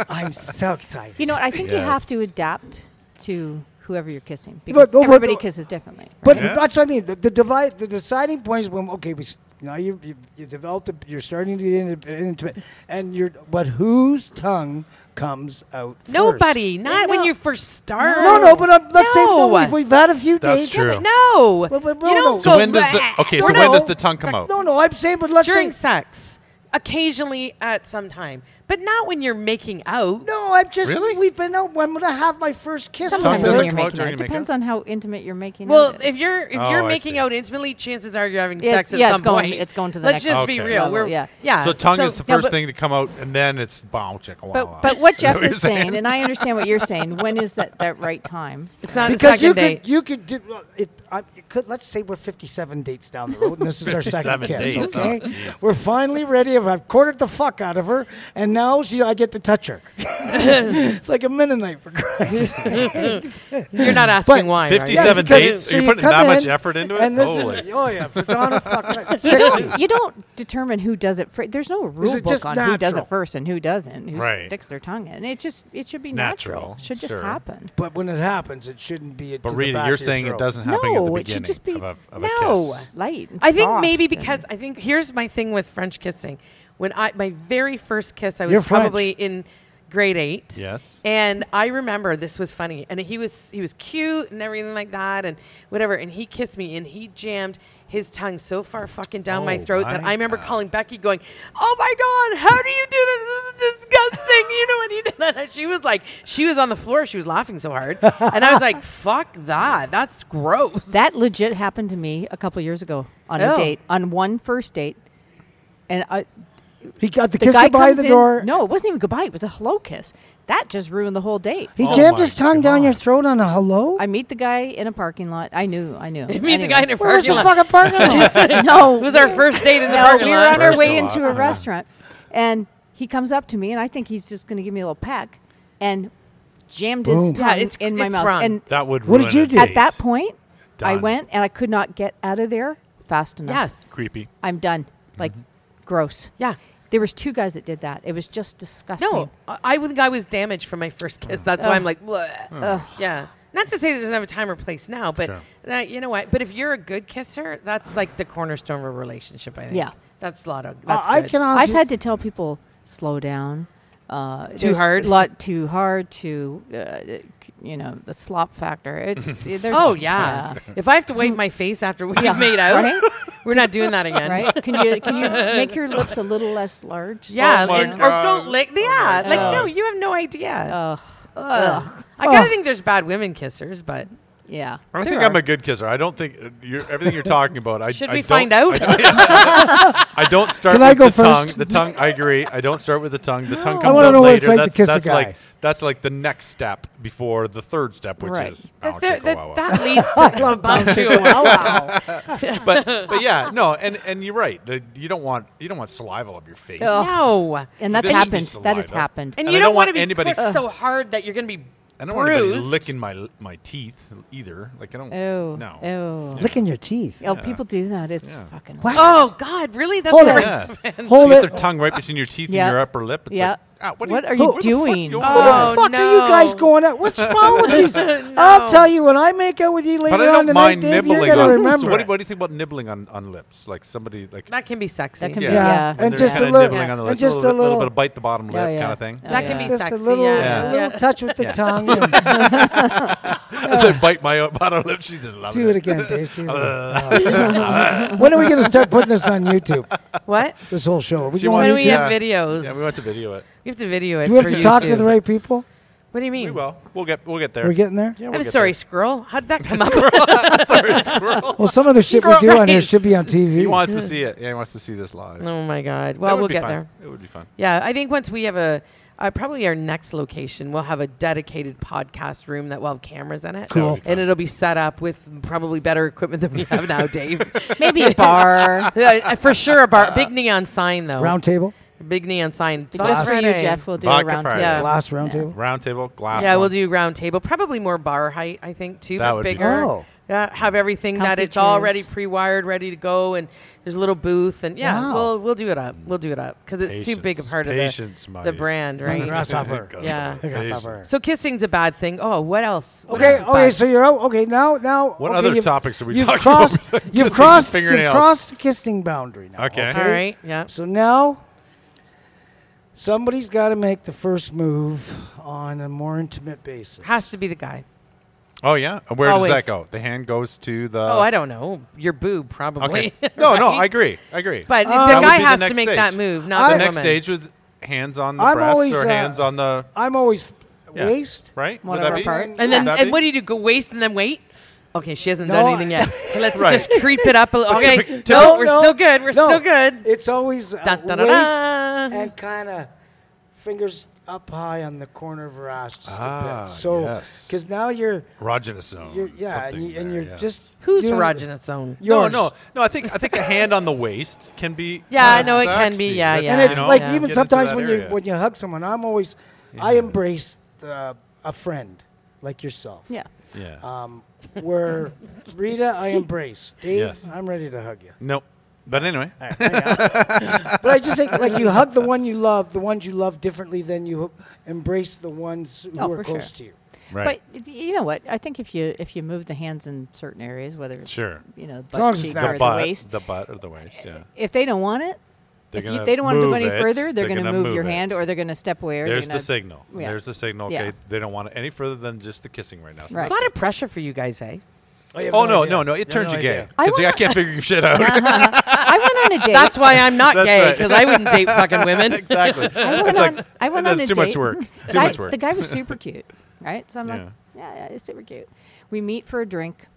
I'm so excited.
You know what? I think you have to
Yes.
adapt to whoever you're kissing because
but- but-
everybody kisses differently.
But
Yeah.
that's what I mean. The, the divide, the deciding point is when okay, we s- now you you, you developed, a, you're starting to get into, into it, and you're but whose tongue comes out? first?
Nobody. Not when you first start.
No, no.
uh,
But I'm, let's say no,
No.
we've, we've had a few
That's
dates.
true.
But no.
But- but-
you
no,
don't
no.
So
go
when does the okay? So
Or
when does
no.
the tongue come out?
No, no. I'm saying, but let's
during
say
sex? Occasionally at some time, but not when you're making out.
no. I'm just
Really?
we've been out. When would I have my first kiss?
Tongue
Sometimes
with
doesn't
her?
when you're
come out
making
during
it
your
depends on how intimate you're making.
Well,
it is.
if you're if
Oh,
you're
I
making
see.
out intimately, chances are you're having
Yeah,
sex at
it's- yeah,
some
it's going-
point.
it's going to the
Let's
next
just be
Okay.
real.
level,
We're,
yeah.
yeah. yeah.
So tongue is the
yeah,
first
but-
thing to come out, and then it's wow, check, wow, wow.
but but what
Is that
Jeff
you're
is saying, and I understand what you're saying. When is that that right time?
It's not the
Because
second
you
date.
could, you could do well, it. I, it could, let's say we're 57 dates down the road, and this is our
57
second kiss.
dates,
Okay,
oh, jeez.
we're finally ready. I've- I've quartered the fuck out of her, and now she, I get to touch her. it's like a Mennonite for Christ's sakes.
You're not asking
But
why. right?
57
because
dates?
so
Are you
you
putting
come
that much
in,
effort into it?
And this
Holy.
is oh yeah, for Donna fuck
You
sixty.
don't, you don't determine who does it first. There's no rule
it just
book on who does
natural?
it first and who doesn't. Who
Right.
sticks their tongue in? It just it should be natural.
Natural,
It should just
sure.
happen.
But when it happens, it shouldn't be.
But Rita, you're saying it doesn't happen at the
No,
beginning
it should just be-
of a,
No.
of a kiss.
Oh, Light. and
I think
soft
maybe
and-
because I think here's my thing with French kissing. When I my very first kiss, I was
You're French.
probably in grade eight.
Yes.
And I remember this was funny, and he was he was cute and everything like that, and whatever. And he kissed me, and he jammed his tongue so far fucking down my
Oh,
throat that
my
I remember
God.
calling Becky, going, "Oh my god, how do you do this? This is disgusting." you know what he did? And she was like, she was on the floor, she was laughing so hard, and I was like, "Fuck that, that's gross."
That legit happened to me a couple years ago on a
Oh.
date, on one first date, and I,
He got the,
the
kiss
guy
goodbye at
comes
the
in.
door.
No, it wasn't even goodbye. It was a hello kiss. That just ruined the whole date.
He
Oh
jammed
my
his tongue down
God.
your throat on a hello.
I meet the guy in a parking lot. I knew. I knew.
meet the guy in a
Where was
parking
the
lot.
fucking partner?
no,
It was our first date in the
no,
parking
we were
lot.
on our
First
way
a lot,
into a
yeah.
restaurant, and he comes up to me, and I think he's just going to give me a little peck, and jammed
Boom.
his tongue
Yeah, it's-
in my
it's
mouth.
wrong.
And
That would
What did
ruin
you
a
do?
at
date.
that point, I
Done.
went and I could not get out of there fast enough.
yes.
Creepy.
I'm done. Like, gross.
Yeah.
There was two guys that did that. It was just disgusting.
No, I, I think I was damaged from my first kiss. That's
Oh.
why I'm like, "Bleh."
Ugh.
yeah. Not to say that doesn't have a time or place now, but
Sure.
uh, you know what? But if you're a good kisser, that's like the cornerstone of a relationship. I think.
Yeah.
that's a lot of.
Uh,
That's
I
good.
can honestly.
I've had to tell people slow down. Uh, there's
hard?
a lot too hard. Too, uh, you know, the slop factor. It's there's,
Oh yeah. If I have to wipe my face after we've
Yeah,
made out,
right?
we're not doing that again.
right? Can you can you make your lips a little less large? so-
Yeah,
Oh my
and, or
God. Oh
don't lick. Yeah, like
God.
no, you have no idea.
Ugh.
Ugh.
Ugh.
I kind
Ugh.
of think there's bad women kissers, but
Yeah.
I
There
think
are.
I'm a good kisser. I don't think uh, you're, everything you're talking about. I,
Should
I
we
don't-
find out?
I don't, I don't start
Can
with
I go
the tongue.
first?
The tongue. I agree. I don't start with the tongue. The tongue
No. I
comes
wanna
out
know what
later.
it's like to
that's
kiss a
that's
guy.
like that's like the next step before the third step, which
Right.
is
that,
I'll
that,
check a
that-
wow, wow.
that leads to the bump too.
but but yeah, no, and and you're right. The- You don't want you don't want saliva up your face.
Ugh.
No.
And that's
Oh. This should be
happened. That has
saliva.
happened.
And,
And
you
I
don't,
don't
want to
want
be
anybody-
pushed so hard that you're going to be
I don't want anybody
bruised.
licking my my teeth either. Like I don't.
oh.
No.
Oh.
licking your teeth.
Oh, people do that. It's
Yeah.
fucking.
What?
Oh God, really? That's
Hold
never
it.
Yeah.
happened.
You
Hold
get
it.
their tongue right between your teeth
Yeah.
and your upper lip. It's
Yeah.
like, ah, what,
What
are
are
you,
you
where the fuck
doing?
you
Oh,
Where
going?
the fuck are you guys
no.
going at? What's wrong with these? I'll tell you when I make out with you later
But I
on
don't
tonight,
mind
Dave,
nibbling
you're gonna
on.
remember.
So what do,
it.
what do you think about nibbling on, on lips? Like somebody like
That can be sexy.
That can
yeah,
be- Yeah.
when
And
they're
just a
kinda
little-
nibbling on the
and
lips, a
just
little,
a
bit, little
little-
bit of bite the bottom
Yeah,
lip
yeah.
kind of thing.
Yeah.
That can be
Just
sexy.
a little,
yeah.
a
yeah.
little touch with the tongue. and-
As I bite my own bottom lip, she just loves
do
it.
it again, Dave. do it
Uh,
again. when are we going to start putting this on YouTube?
What?
This whole show? Are we
She
going
When
wants
on
we
YouTube?
have videos.
Yeah, we want to video it.
We have to video it
Do we have
for
to talk to
YouTube.
the right people?
What do you mean?
We will. We'll get. We'll get there.
We're getting there.
yeah, we'll
I'm
get
sorry,
There.
squirrel. How did that come up?
sorry, squirrel.
Well, some of the shit we do on here
Christ.
should be on TV.
He wants to see it. Yeah, he wants to see this live.
oh my God.
That
Well,
would
we'll
be
get
fun.
there.
It would be fun.
Yeah, I think once we have a uh, probably our next location, we'll have a dedicated podcast room that will have cameras in it.
Cool.
And it'll be set up with probably better equipment than we have now, Dave.
Maybe a bar.
Yeah, uh, for sure, a bar, big neon sign though.
round table,
Big neon sign.
Just for you,
Friday.
Jeff, we'll do
Vodka
a round
Friday.
table.
Yeah.
glass round
Yeah.
table.
Round table, glass.
Yeah, we'll
one.
do round table. Probably more bar height, I think, too.
That
but
would be
bigger.
cool. Oh.
Yeah, have everything that
Comfy
it's already
chairs.
pre-wired, ready to go, and there's a little booth, and yeah,
Wow.
we'll we'll do it up. We'll do it up because it's too big a
Patience.
part of
Patience,
the,
Marty.
the brand, right?
Grasshopper.
Yeah.
Grasshopper.
so kissing's a bad thing. Oh, what else? What
Okay,
else is
okay,
bad?
so you're out. Okay, now, now.
What
okay,
other
you've-
topics are we
you've
talking
crossed,
about besides
You've
kissing
crossed, you've
fingernails?
crossed the kissing boundary now.
Okay.
all right, yeah.
So now, somebody's got to make the first move on a more intimate basis.
Has to be the guy.
Oh yeah. And Where does
Always.
that go? The hand goes to the.
oh, I don't know. Your boob, probably.
Uh, Okay. No, no,
Right?
I agree. I agree.
But
Uh,
the
That
guy
would be the
has to
next
make that
stage.
move,
The
not the,
the next
woman.
stage was hands on the
I'm
breasts
always,
or
uh,
hands on the
I'm always
yeah.
waist.
Right.
One
Would that
of our
be?
part.
And
Would
then,
that
and
be?
what do you do? Go waste and then wait? Okay, she hasn't
No,
done
I-
anything yet. Let's
Right.
just creep it up a little. Okay,
Typic-
no,
typic-
we're still good. We're
no.
still good.
It's always uh,
Dun, dun, dun,
waist
dun.
and kind of fingers up high on the corner of her ass just a
Ah,
bit. So,
yes.
because now you're,
Erogenous zone.
you're yeah, and,
something
you, and
there,
you're
yes.
just
Who's
doing-
erogenous zone?
No,
Yours.
no, no. I think I think a hand on the waist can be.
Yeah,
kinda
I know it can be,
sexy.
yeah,
That's-
yeah.
And it's
you know?
like
Yeah.
even
Get into
sometimes
that
when
area.
you when you hug someone, I'm always I embrace uh, a friend like yourself.
Yeah.
Yeah.
Um, where Rita, I embrace. Dave,
Yes.
I'm ready to hug you.
nope. But anyway,
All right, hang on. but I just think like you hug the one you love, the ones you love differently than you embrace the ones who
Oh,
are
for sure.
close to you.
right.
But y- you know what? I think if you if you move the hands in certain areas, whether it's
Sure.
you know,
long
butt
as it's
cheek
not-
or
the
the
butt,
waist,
the butt or the waist. Yeah.
if they don't want it,
They're
if you,
gonna
they don't want to go
move
any
it,
further, they're,
they're
going to
gonna
move,
move
your
it.
hand or they're going to step away. Or
There's
they're gonna,
the signal.
yeah.
There's the signal. Okay,
Yeah.
they don't want it any further than just the kissing right now. So
Right.
It's a lot of pressure for you guys, eh?
Oh no, no, no! It turns you gay
I
because I
wanna-
can't figure your shit out.
I went on a date.
That's why I'm not
That's
gay
right.
because I wouldn't date fucking women.
exactly.
I went
It's
on.
like
I went
that's
on a
too
date.
much work. Too
The guy-
much work.
The guy was super cute, right? So I'm like,
Yeah.
yeah, yeah, he's super cute. We meet for a drink.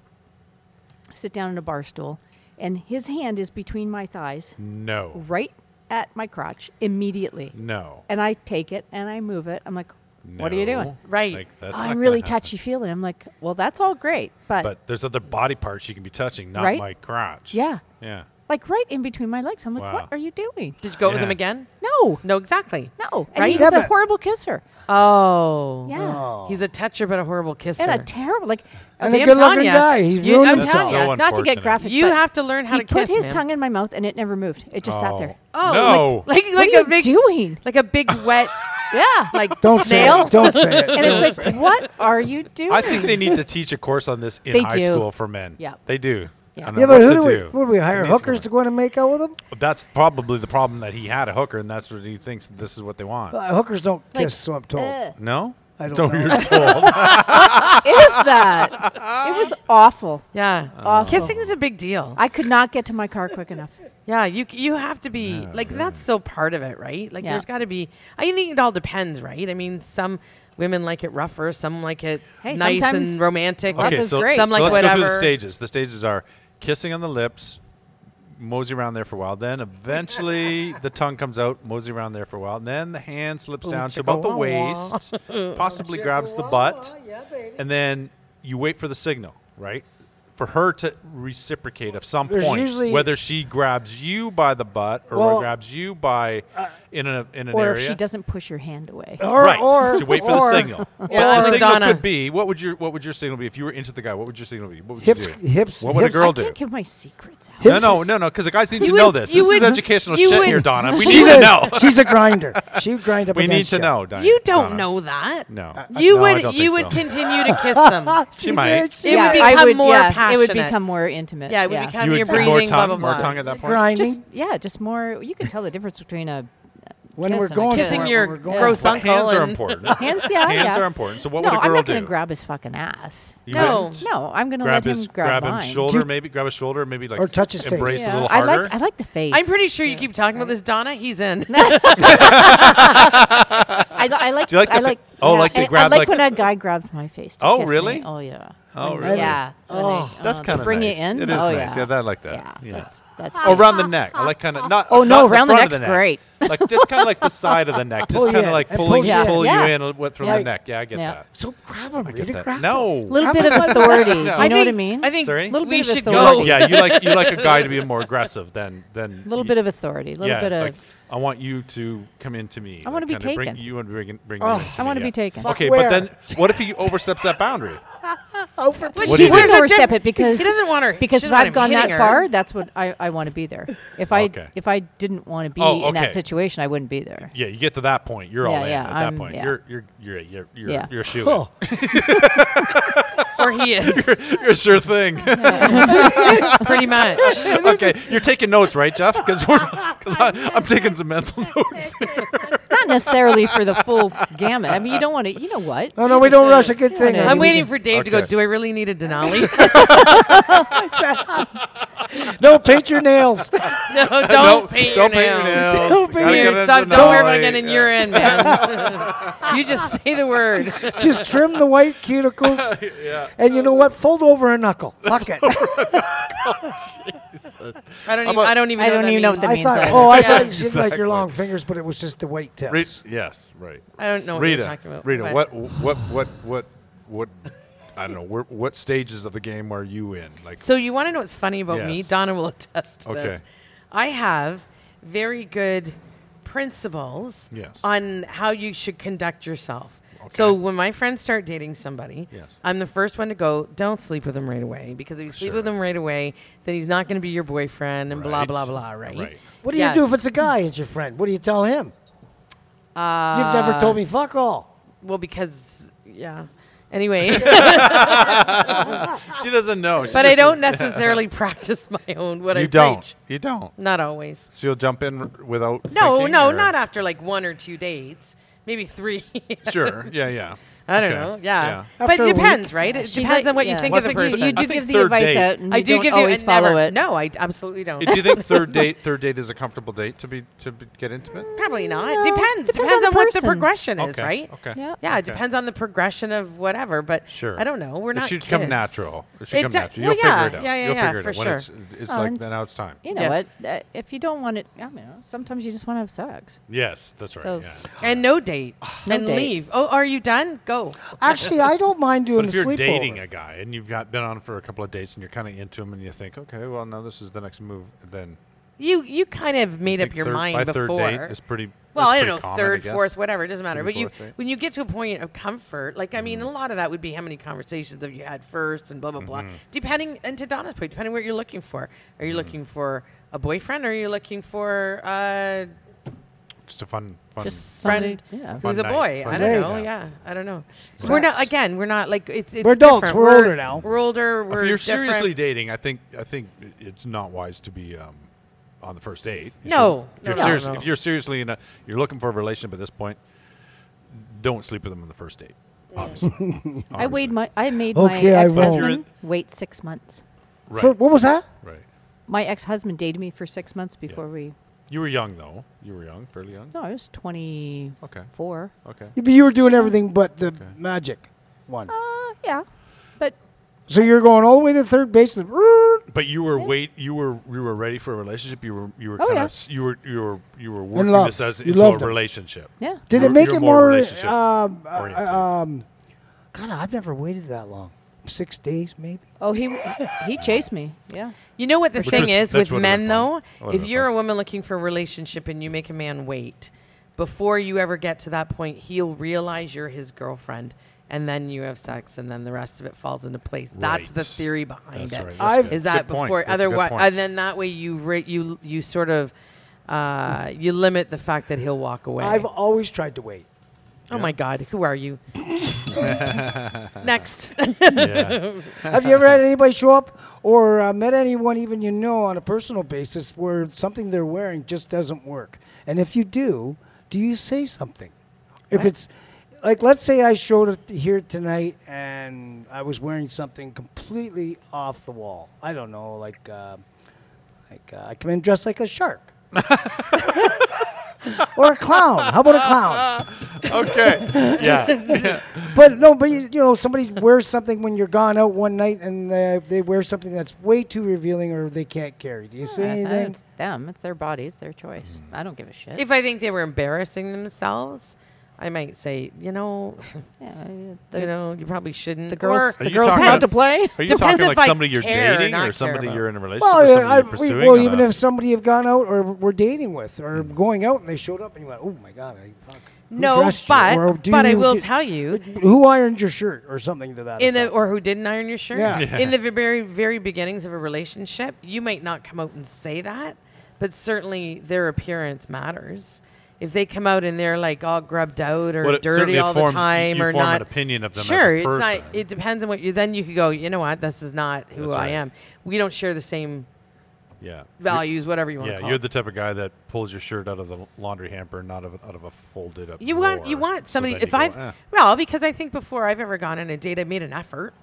Sit down in a bar stool, and his hand is between my thighs,
Hmm. No,
right at my crotch, immediately.
no.
And I take it and I move it. I'm like, what are you
no.
doing?
Right.
Like, that's not
I'm
gonna
really
happen.
touchy feely. I'm like, well, that's all great, but,
But there's other body parts you can be touching, not
Right?
my crotch.
yeah,
Yeah.
like right in between my legs. I'm like,
Wow.
what are you doing?
Did you go with
Yeah.
him again?
No,
No, exactly.
no. And
Right?
he was
Yeah,
a
but-
horrible kisser.
Oh.
Yeah.
He's a toucher, but a horrible kisser.
And a terrible, like,
And
See,
a
I'm
good looking
telling ya.
guy. He's
You- I'm
ruined
That's
telling
so
ya.
un-
not to get
unfortunate.
graphic.
You
but
have to learn how
he
to kiss,
put his
man.
tongue in my mouth and it never moved. It just sat there.
Oh,
no.
like like,
What
like
are
a
you
big
doing?
like a big wet
Yeah. Like,
like
Don't say
snail.
it. Don't say it.
and it's like, what are you doing?
I think they need to teach a course on this in
They
high
do.
school for men.
Yeah.
They do.
Yeah.
On
yeah, but
what
who
to
do we,
do.
what do we hire?
It needs
Hookers
going.
to go in and make out with them?
That's probably the problem that he had a hooker, and that's what he thinks this is what they want.
Uh, hookers don't kiss,
Like,
so I'm told.
uh,
no?
I don't
So
know.
you're told.
is that? It was awful.
Yeah.
Awful.
Kissing is a big deal.
I could not get to my car quick enough.
Yeah, you c- you have to be like that's so part of it, right? Like
Yeah.
there's got to be. I think it all depends, right? I mean, some women like it rougher, some like it
Hey,
nice and
sometimes
romantic.
love
okay,
is
so,
great.
so
Some like
let's go through the
whatever.
stages. The stages are kissing on the lips, mosey around there for a while. Then eventually the tongue comes out, mosey around there for a while. And then the hand slips down to about the waist, possibly grabs the butt, and then you wait for the signal, right? For her to reciprocate at some
There's
point,
usually-
whether she grabs you by the butt or
Well,
grabs you by in a in an
Or
area, Oh,
if she doesn't push your hand away.
Or,
right?
or,
so wait for the
or
signal.
Yeah,
Well,
I'm
the
with
signal
Donna.
could be what would your what would your signal be if you were into the guy? What would your signal be? What would
Hips,
you do?
hips.
What would a
hips-
girl
I can't
do.
give my secrets out.
No, no, no, no, because the guys need to
would-
know this.
you
This is
would-
educational
you
shit
would-
here, Donna. We
She
need to
would-
know.
She's a grinder. She'd grind up
We need
against
to
ya.
know, Donna.
You don't
Donna.
know that.
No.
You
No, I
would
don't
you would
think so.
continue to kiss them.
She might.
It
yeah,
would
I
become
would,
more
yeah, It would
passionate.
become more intimate.
Yeah, it would
yeah.
become
you
your
would more
breathing.
tongue,
blah blah
more
blah.
tongue at that point.
grinding.
Just yeah, just more. You can tell the difference between a
when
kiss
we're
and a
going
kiss.
for it,
Kissing
when
your
we're going
gross
But
uncle.
hands are
and-
important.
hands. Yeah,
Hands
yeah.
are important. So what
no,
would a
I'm
girl
not
do?
gonna grab his fucking ass.
You
No.
wouldn't?
No, I'm gonna
Grab
let
his
him grab,
grab his
mine.
shoulder, maybe grab his shoulder, maybe like
Or touch his face.
embrace a
Yeah.
little
I
harder.
like I like the face.
I'm pretty sure you keep talking about this, Donna. He's in.
I, I like
Do you like the?
I
fa-
like.
oh,
yeah,
like to
and
grab
I like,
like.
when a guy grabs my face. To
Oh,
kiss me.
really?
Oh yeah.
oh,
When-
really?
Yeah. when
Oh.
they,
That's
uh,
kind of
bring
nice.
it in.
It is
oh,
nice. Yeah,
Yeah.
that I like that.
Yeah,
Yeah.
That's that's.
Oh,
good.
around the neck. I like kind of not.
Oh, no,
not
around the
front of
neck's great.
Like just kind of like the side of the neck, just
Pull you
kind of
in.
like
It
pulling
pulls you in.
pull
Yeah.
you in a- what- from
Yeah.
the neck. Yeah, I get
Yeah.
that.
So grab him.
I get
Rita,
that.
grab
No.
little bit of authority.
No.
Do
I
you know what I mean?
I think
Sorry? Oh,
Little
we
bit of
should go.
authority.
Yeah, you like you like a guy to be more aggressive than than
A little bit of authority. A little
yeah,
bit of.
like, I want you to come into me.
I wanna
like,
be
kinda Bring,
taken.
you want to bring bring
Oh,
them into
I
me,
wanna
yeah.
be taken. Fuck
Okay, but
where?
then what if he oversteps that boundary?
Over.
But
What do
she
you do?
wouldn't
There's a
overstep
diff-
it because
he doesn't want her-
Because
she doesn't
if
want
I've
him
gone that
hitting her.
far, that's what I, I want to be there. If I
Okay.
if I didn't want to be
Oh,
in
okay.
that situation, I wouldn't be there.
Yeah, you get to that point, you're
Yeah,
all in.
yeah,
at
I'm-
that point,
yeah.
you're you're you're you're you're,
Yeah.
you're a shoe.
Oh.
or he is
You're a sure thing.
pretty much.
okay, you're taking notes, right, Jeff? Because we're because I'm taking some mental notes.
Not necessarily for the full gamut. I mean, you don't want to. You know what?
No, no, we don't rush a good thing.
no,
Andy.
I'm
we
waiting for Dave to go.
Okay.
Do I really need a Denali?
No, paint your nails.
no, don't
Nope,
paint
don't
your
paint your
nails.
nails.
Don't paint
Gotta
Here,
your-
get
stop,
into
don't worry about
knowledge.
getting in. You're in, man. you just say the word.
Just trim the white cuticles.
Yeah.
And you know what? Fold over a knuckle. Fuck it.
I don't.
How
Even,
about-
I don't even.
I
know
don't
that
even know
means.
what that
I
means
thought,
either.
oh, I
Yeah.
thought you did like
Exactly.
your long fingers, but it was just the white tips.
Re- yes, right.
I don't know what
Rita,
you're talking about.
Rita,
but-
what what what what what? I don't know. Where, what stages of the game are you in? Like,
So you want to know what's funny about me?
Yes.
Donna will attest to
Okay.
this. I have very good principles
Yes.
on how you should conduct yourself. So when my friends start dating somebody,
Yes.
I'm the first one to go, don't sleep with him right away because if you sleep with
Sure.
him right away, then he's not going to be your boyfriend and
Right.
blah blah blah, right?
Right.
What do you do if
Yes.
it's a guy? It's your friend. What do you tell him? You've
Uh,
never told me fuck all.
Well, because yeah. Anyway,
she doesn't know. She
but I
just-
don't necessarily practice my own what I
You don't.
preach.
You don't.
Not always.
So you'll jump in r- without.
No,
thinking,
no,
or-
not after like one or two dates, maybe three.
Sure. Yeah. Yeah.
I don't
Okay.
know. Yeah, but
After a
it
week.
depends, right? It
She
depends
like-
on what
yeah.
you think
Well,
of the
I think
person.
You
I
do
think
give the
third
advice
date.
out, and
I
you
do
don't
give you
always
and
follow
never,
it.
No, I absolutely don't.
Uh, Do you think third date third date is a comfortable date to be to be, get intimate?
Probably not.
No,
depends.
depends
Depends,
on the
on, what the
person.
progression is,
okay.
right?
Okay.
Yeah.
Yeah, it
Okay.
depends on the progression of whatever. But
Sure.
I don't know. We're not.
It should come
kids.
natural. It should come
do-
natural.
well,
You'll
yeah,
figure it out.
Yeah, yeah,
You'll
yeah,
figure it
for
out. When
sure. Um,
it's it's
Oh,
like
and
now it's time.
You know
Yeah.
what? Uh, if you don't want it, I don't know. Sometimes you just want to have sex.
Yes, that's right.
So-
yeah.
And no date.
No
and
date.
leave. Oh, are you done? Go.
Actually, I don't mind doing
But if
the
you're
sleepover.
dating a guy and you've got been on for a couple of dates and you're kind of into him and you think, okay, well now this is the next move, then
You you kind of made
I
up
think
your
third-
mind
by
before.
third date is pretty.
Well,
is
I don't
pretty
know,
common, I
third,
guess.
fourth, whatever. It doesn't matter.
Third,
But you,
fourth, right? Mm-hmm.
when you get to a point of comfort, like I mean, a lot of that would be how many conversations have you had first, and blah blah blah.
Mm-hmm.
Depending, and to Donna's point, depending what you're looking for. Are you looking for a boyfriend? Or are you looking for uh,
Just a fun, fun.
Just
friend
somebody- yeah.
who's
Fun
a
night,
boy?
fun
I don't
night.
know.
Yeah.
Yeah, I don't know. We're not again. We're not like it's. it's
We're adults,
different.
we're older now.
We're older. We're
if you're
different.
seriously dating, I think I think i- it's not wise to be um, on the first date. You
No,
shouldn't- if you're
no, no,
serious,
no.
if you're seriously in a, you're looking for a relationship at this point, don't sleep with them on the first date. Obviously,
I weighed my. I made
Okay,
my
I
ex
will.
If you're
husband wait six months.
right,
For, what was that?
right.
My ex husband dated me for six months before we.
You were young though. You were young, fairly young.
No, I was twenty
Okay,
four.
okay.
You, you were doing everything but the magic one.
Uh, yeah, but
So you're going all the way to third base. and-
But you were wait, you were you were ready for a relationship. You were you were
Oh,
kind
yeah.
of s- you were you were you were working
love.
this as
You
into a
loved him.
relationship.
yeah.
Did
You're-
it make
you're
it
more
more?
relationship
um, uh,
oriented.
um, God, I've never waited that long. Six days, maybe.
Oh, he he chased me. Yeah.
You know what the
Which
thing
was-
is with
that's what I
men,
found.
though?
What I
If you're
found.
a woman looking for a relationship and you make a man wait, before you ever get to that point, he'll realize you're his girlfriend, and then you have sex, and then the rest of it falls into place. That's the
Right.
theory behind
That's
it.
right.
Is
That's good.
I've-
that
Good point.
before?
That's a good
Otherwise,
point.
and then that way you re- you you sort of uh, you limit the fact that he'll walk away.
I've always tried to wait.
oh my God, who are you? Next.
yeah.
Have you ever had anybody show up or uh, met anyone, even you know, on a personal basis where something they're wearing just doesn't work? And if you do, do you say something? If it's like, let's say I showed up here tonight and I was wearing something completely off the wall. I don't know, like, uh, like uh, I come in dressed like a shark. or a clown. How about a clown?
okay. Yeah. yeah.
But no, but you, you know, somebody wears something when you're gone out one night, and uh, they wear something that's way too revealing, or they can't carry. Do you see
That's-
anything?
It's them. It's their body. It's their choice. I don't give a shit.
If I think they were embarrassing themselves, I might say, you know,
yeah, I mean,
you
the,
know, you probably shouldn't.
the girls,
Are
the
you
girls
talking
had to
about-
play.
Are you
Depends
talking
if
like
I
somebody you're
care or
dating
not
or
care
somebody
about.
you're in a relationship
Well,
or Mm.
yeah,
somebody
I,
you're
we,
pursuing?
well,
on
even
a-
if somebody you've gone out or were dating with or going out and they showed up and you went, oh my god, I fuck. who
no,
dressed you?" Or
but
do
but I
you-
will
do-
tell you,
who ironed your shirt or something to that
in a,
effect.
or who didn't iron your shirt
Yeah.
Yeah.
in the very very beginnings of a relationship you might not come out and say that but certainly their appearance matters if they come out and they're like all grubbed out or
Well, it certainly
dirty all
forms-
the time
you
or
form an
not
opinion of them as a
sure it's
person.
not it depends on what you then you could go you know what this is not who
That's
i
right.
am we don't share the same
yeah.
values whatever you want to
Yeah,
call
you're
it.
the type of guy that pulls your shirt out of the laundry hamper, not of, out of a folded up.
you want you
drawer.
want
So
somebody
then you
if
go,
i've
"Eh."
well because i think before i've ever gone on a date i made an effort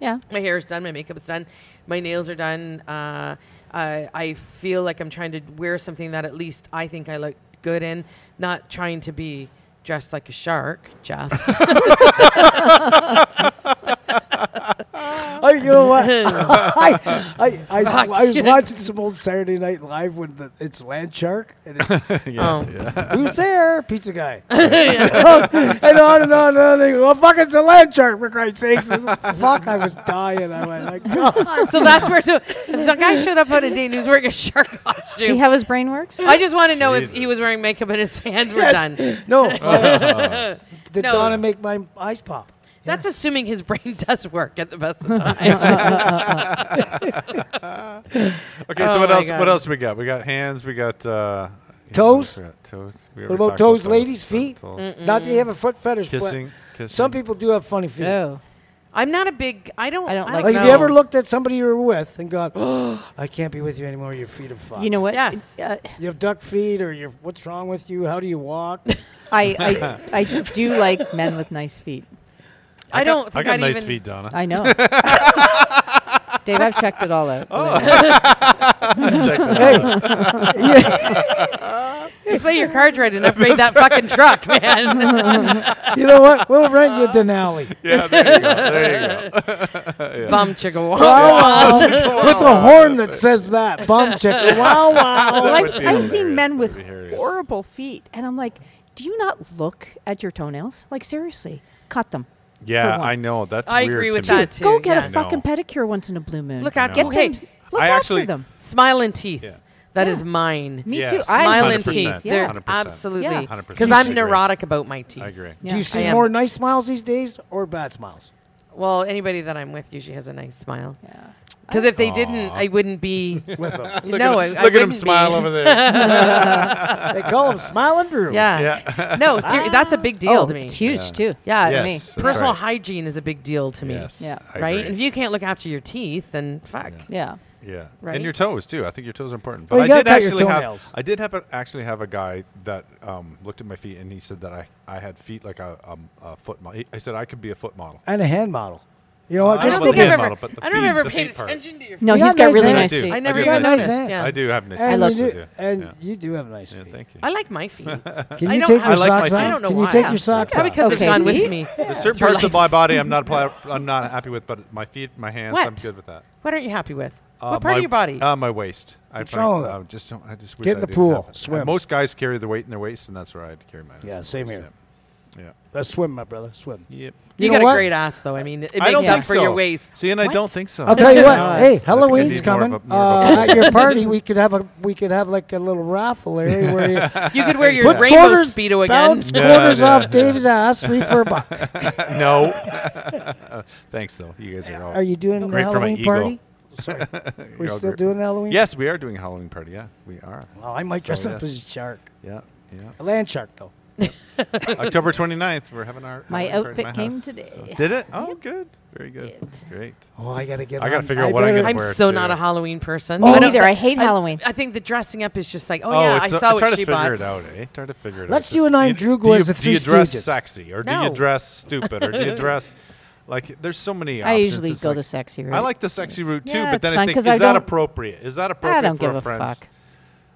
Yeah.
my hair is done, my makeup is done, my nails are done. Uh, I, I feel like I'm trying to wear something that at least I think I look good in, not trying to be dressed like a shark, Jeff.
I, you know what? I, I, I,
Fuck.
I was watching some old Saturday Night Live with the, it's Land Shark and it's
yeah,
Oh.
yeah.
who's there? Pizza guy. and on and on and on. They go, well, fuck, it's a Land Shark for Christ's sakes. And fuck, I was dying. I went like, God.
so that's where so, so a guy showed up on a date and he was wearing a shark costume.
See how his brain works?
I just want to know if he
Jesus.
was wearing makeup and his hands were done.
No,
Uh-huh.
uh, did
No.
Donna make my eyes pop?
That's assuming his brain does work at the best of times.
Okay, so
Oh
what
my
else?
God.
What else we got? We got hands. We got uh, yeah,
Toes?
We got toes. We
What
already
about
talked
toes, ladies, feet?
Toes.
Not that you have a foot fetish,
Kissing,
but
kissing.
some people do have funny feet.
Oh.
I'm not a big. I don't.
I don't like
Like,
No.
have you ever looked at somebody you were with and gone, oh, I can't be with you anymore. Your feet are fucked.
You know what?
Yes.
Uh,
You have duck feet, or you what's wrong with you? How do you walk?
I, I, I do like men with nice feet.
I, don't.
I
think
got
I'd
nice
even,
feet, Donna.
I know. Dave, I've checked it all out.
Oh. Check that
hey,
out.
Play your cards right and upgrade that fucking truck, man.
you know what? We'll rent you a Denali.
Yeah, there you go. There you go.
Bum chicka wow.
Wow, wow. With a horn that says that. Bum checker. Wow, wow.
Well,
That
I've,
would be
I've seen
hilarious.
men with
That'd be hilarious.
horrible feet, and I'm like, do you not look at your toenails? Like, seriously, cut them.
Yeah,
For one.
I know. That's
I
weird
agree
to
with
me.
that too.
Go get
yeah.
a fucking
No.
pedicure once in a blue moon.
Look, I
No.
get
Get
hey,
them. Look
I
after
actually-
them.
smile and teeth.
Yeah.
That is
Yeah.
mine.
Me
Yes,
too. I
Smile
like
and
100%.
teeth.
teeth.
They're
100%.
absolutely
Yeah.
because
100%.
I'm
Agree.
neurotic about my teeth.
I agree.
Yeah.
Do you
I
see
am.
more nice smiles these days or bad smiles?
Well, anybody that I'm with usually has a nice smile.
Yeah.
Because if they didn't, I wouldn't be.
With them.
You know, I, I
Look at him
wouldn't
smile
be.
over there.
They call them Smiling Drew.
Yeah.
yeah.
No, ser- that's a big deal
Oh,
to me.
It's huge too.
Yeah,
Yes,
to me.
that's
Personal
right.
hygiene is a big deal to me.
Yes.
Yeah.
I
Right?
agree.
And if you can't look after your teeth, then fuck.
Yeah.
Yeah,
Right?
and your toes too. I think your toes are important.
Well,
But
you
I
gotta
did
cut your
actually have
toenails.
I did have a, actually have a guy that um, looked at my feet and he said that I, I had feet like a, um, a foot model. He, he said I could be a foot model.
And a hand model. You know what?
I
I
Just
don't
for the
think I've
hand
ever.
model, but the
I don't ever
feet- the
paid
feet part.
attention to your.
No,
You
he's
got
got
nice
really
hands.
nice
I do.
feet.
I
I
never
do.
even
You got
nice
noticed.
hands.
Yeah.
I do have nice.
and
feet.
love
you
I
do,
do.
and
yeah.
you do have nice
Yeah,
feet.
thank you.
I like my feet.
Can
I
you
don't
take
have-
your
I like my
socks
feet.
off?
I
don't know
Can you
why.
take your socks
Probably
off?
because
Okay,
it's not
see?
with me.
There's certain
Through
parts of my
life.
body I'm not pla- I'm not happy with, but my feet, my hands, I'm
What?
good with that.
What aren't you happy with?
Uh,
what part
my-
of your body?
Uh, my waist. I
What's wrong with
I
it?
just don't. I just wish
Get in
I
the
didn't
pool.
have it.
Swim.
Most guys carry the weight in their waist, and that's where I had to carry mine.
Yeah,
It's-
same
it's-
here.
Yeah.
Let's swim, my brother. Swim.
yeah. Yep.
you
you know
got
what?
a great ass, though. I mean, it
I
makes
don't
up
think
for
so.
your waist.
See, and I
What?
don't think so.
I'll tell you what.
God.
Hey,
I
Halloween's
think I need more of
coming.
a- more of a
Uh, at your party, we could have a we could have like a little raffle area where you
You could wear your
put
rainbow
quarters,
speedo again.
bounce
Yeah,
quarters
yeah,
off
yeah.
Dave's ass, three for a buck.
no. Thanks, though. You guys are all.
Are you doing
Great
the
for my
Halloween
ego.
party?
you're
We're
all
still
great.
doing the Halloween.
Yes, we are doing a Halloween party. Yeah, we are.
Well, I might dress
So,
up
yes.
as a shark,
Yeah, yeah.
a land shark though.
October 29th, we're having our
My
Halloween party at
outfit came
house,
today.
Did it? Oh, good. Very good.
Did.
Great.
Oh, I gotta get.
I gotta
on-
figure out what I
better-
gotta
I'm
wear it
so
too.
not a Halloween person.
Me
I don't-
Oh, neither. I hate Halloween.
I think the dressing up is just like, oh,
Oh,
yeah, I
it's
saw
I'm
what
trying to
she
figure
bought.
it out, eh? Trying to figure it
Let's
out.
you and I and
do you-
Drew
do
go as
you-
the
Do you
Three
dress
Stooges.
sexy or do
No.
you dress stupid or do you dress like? There's so many.
I
options.
usually
It's
go
like-
the sexy route.
I like the sexy route too,
Yeah,
but
it's
then I
fun
think
'cause
is
I
that
don't-
appropriate? Is that appropriate
I don't
for
give a
friend's?
fuck.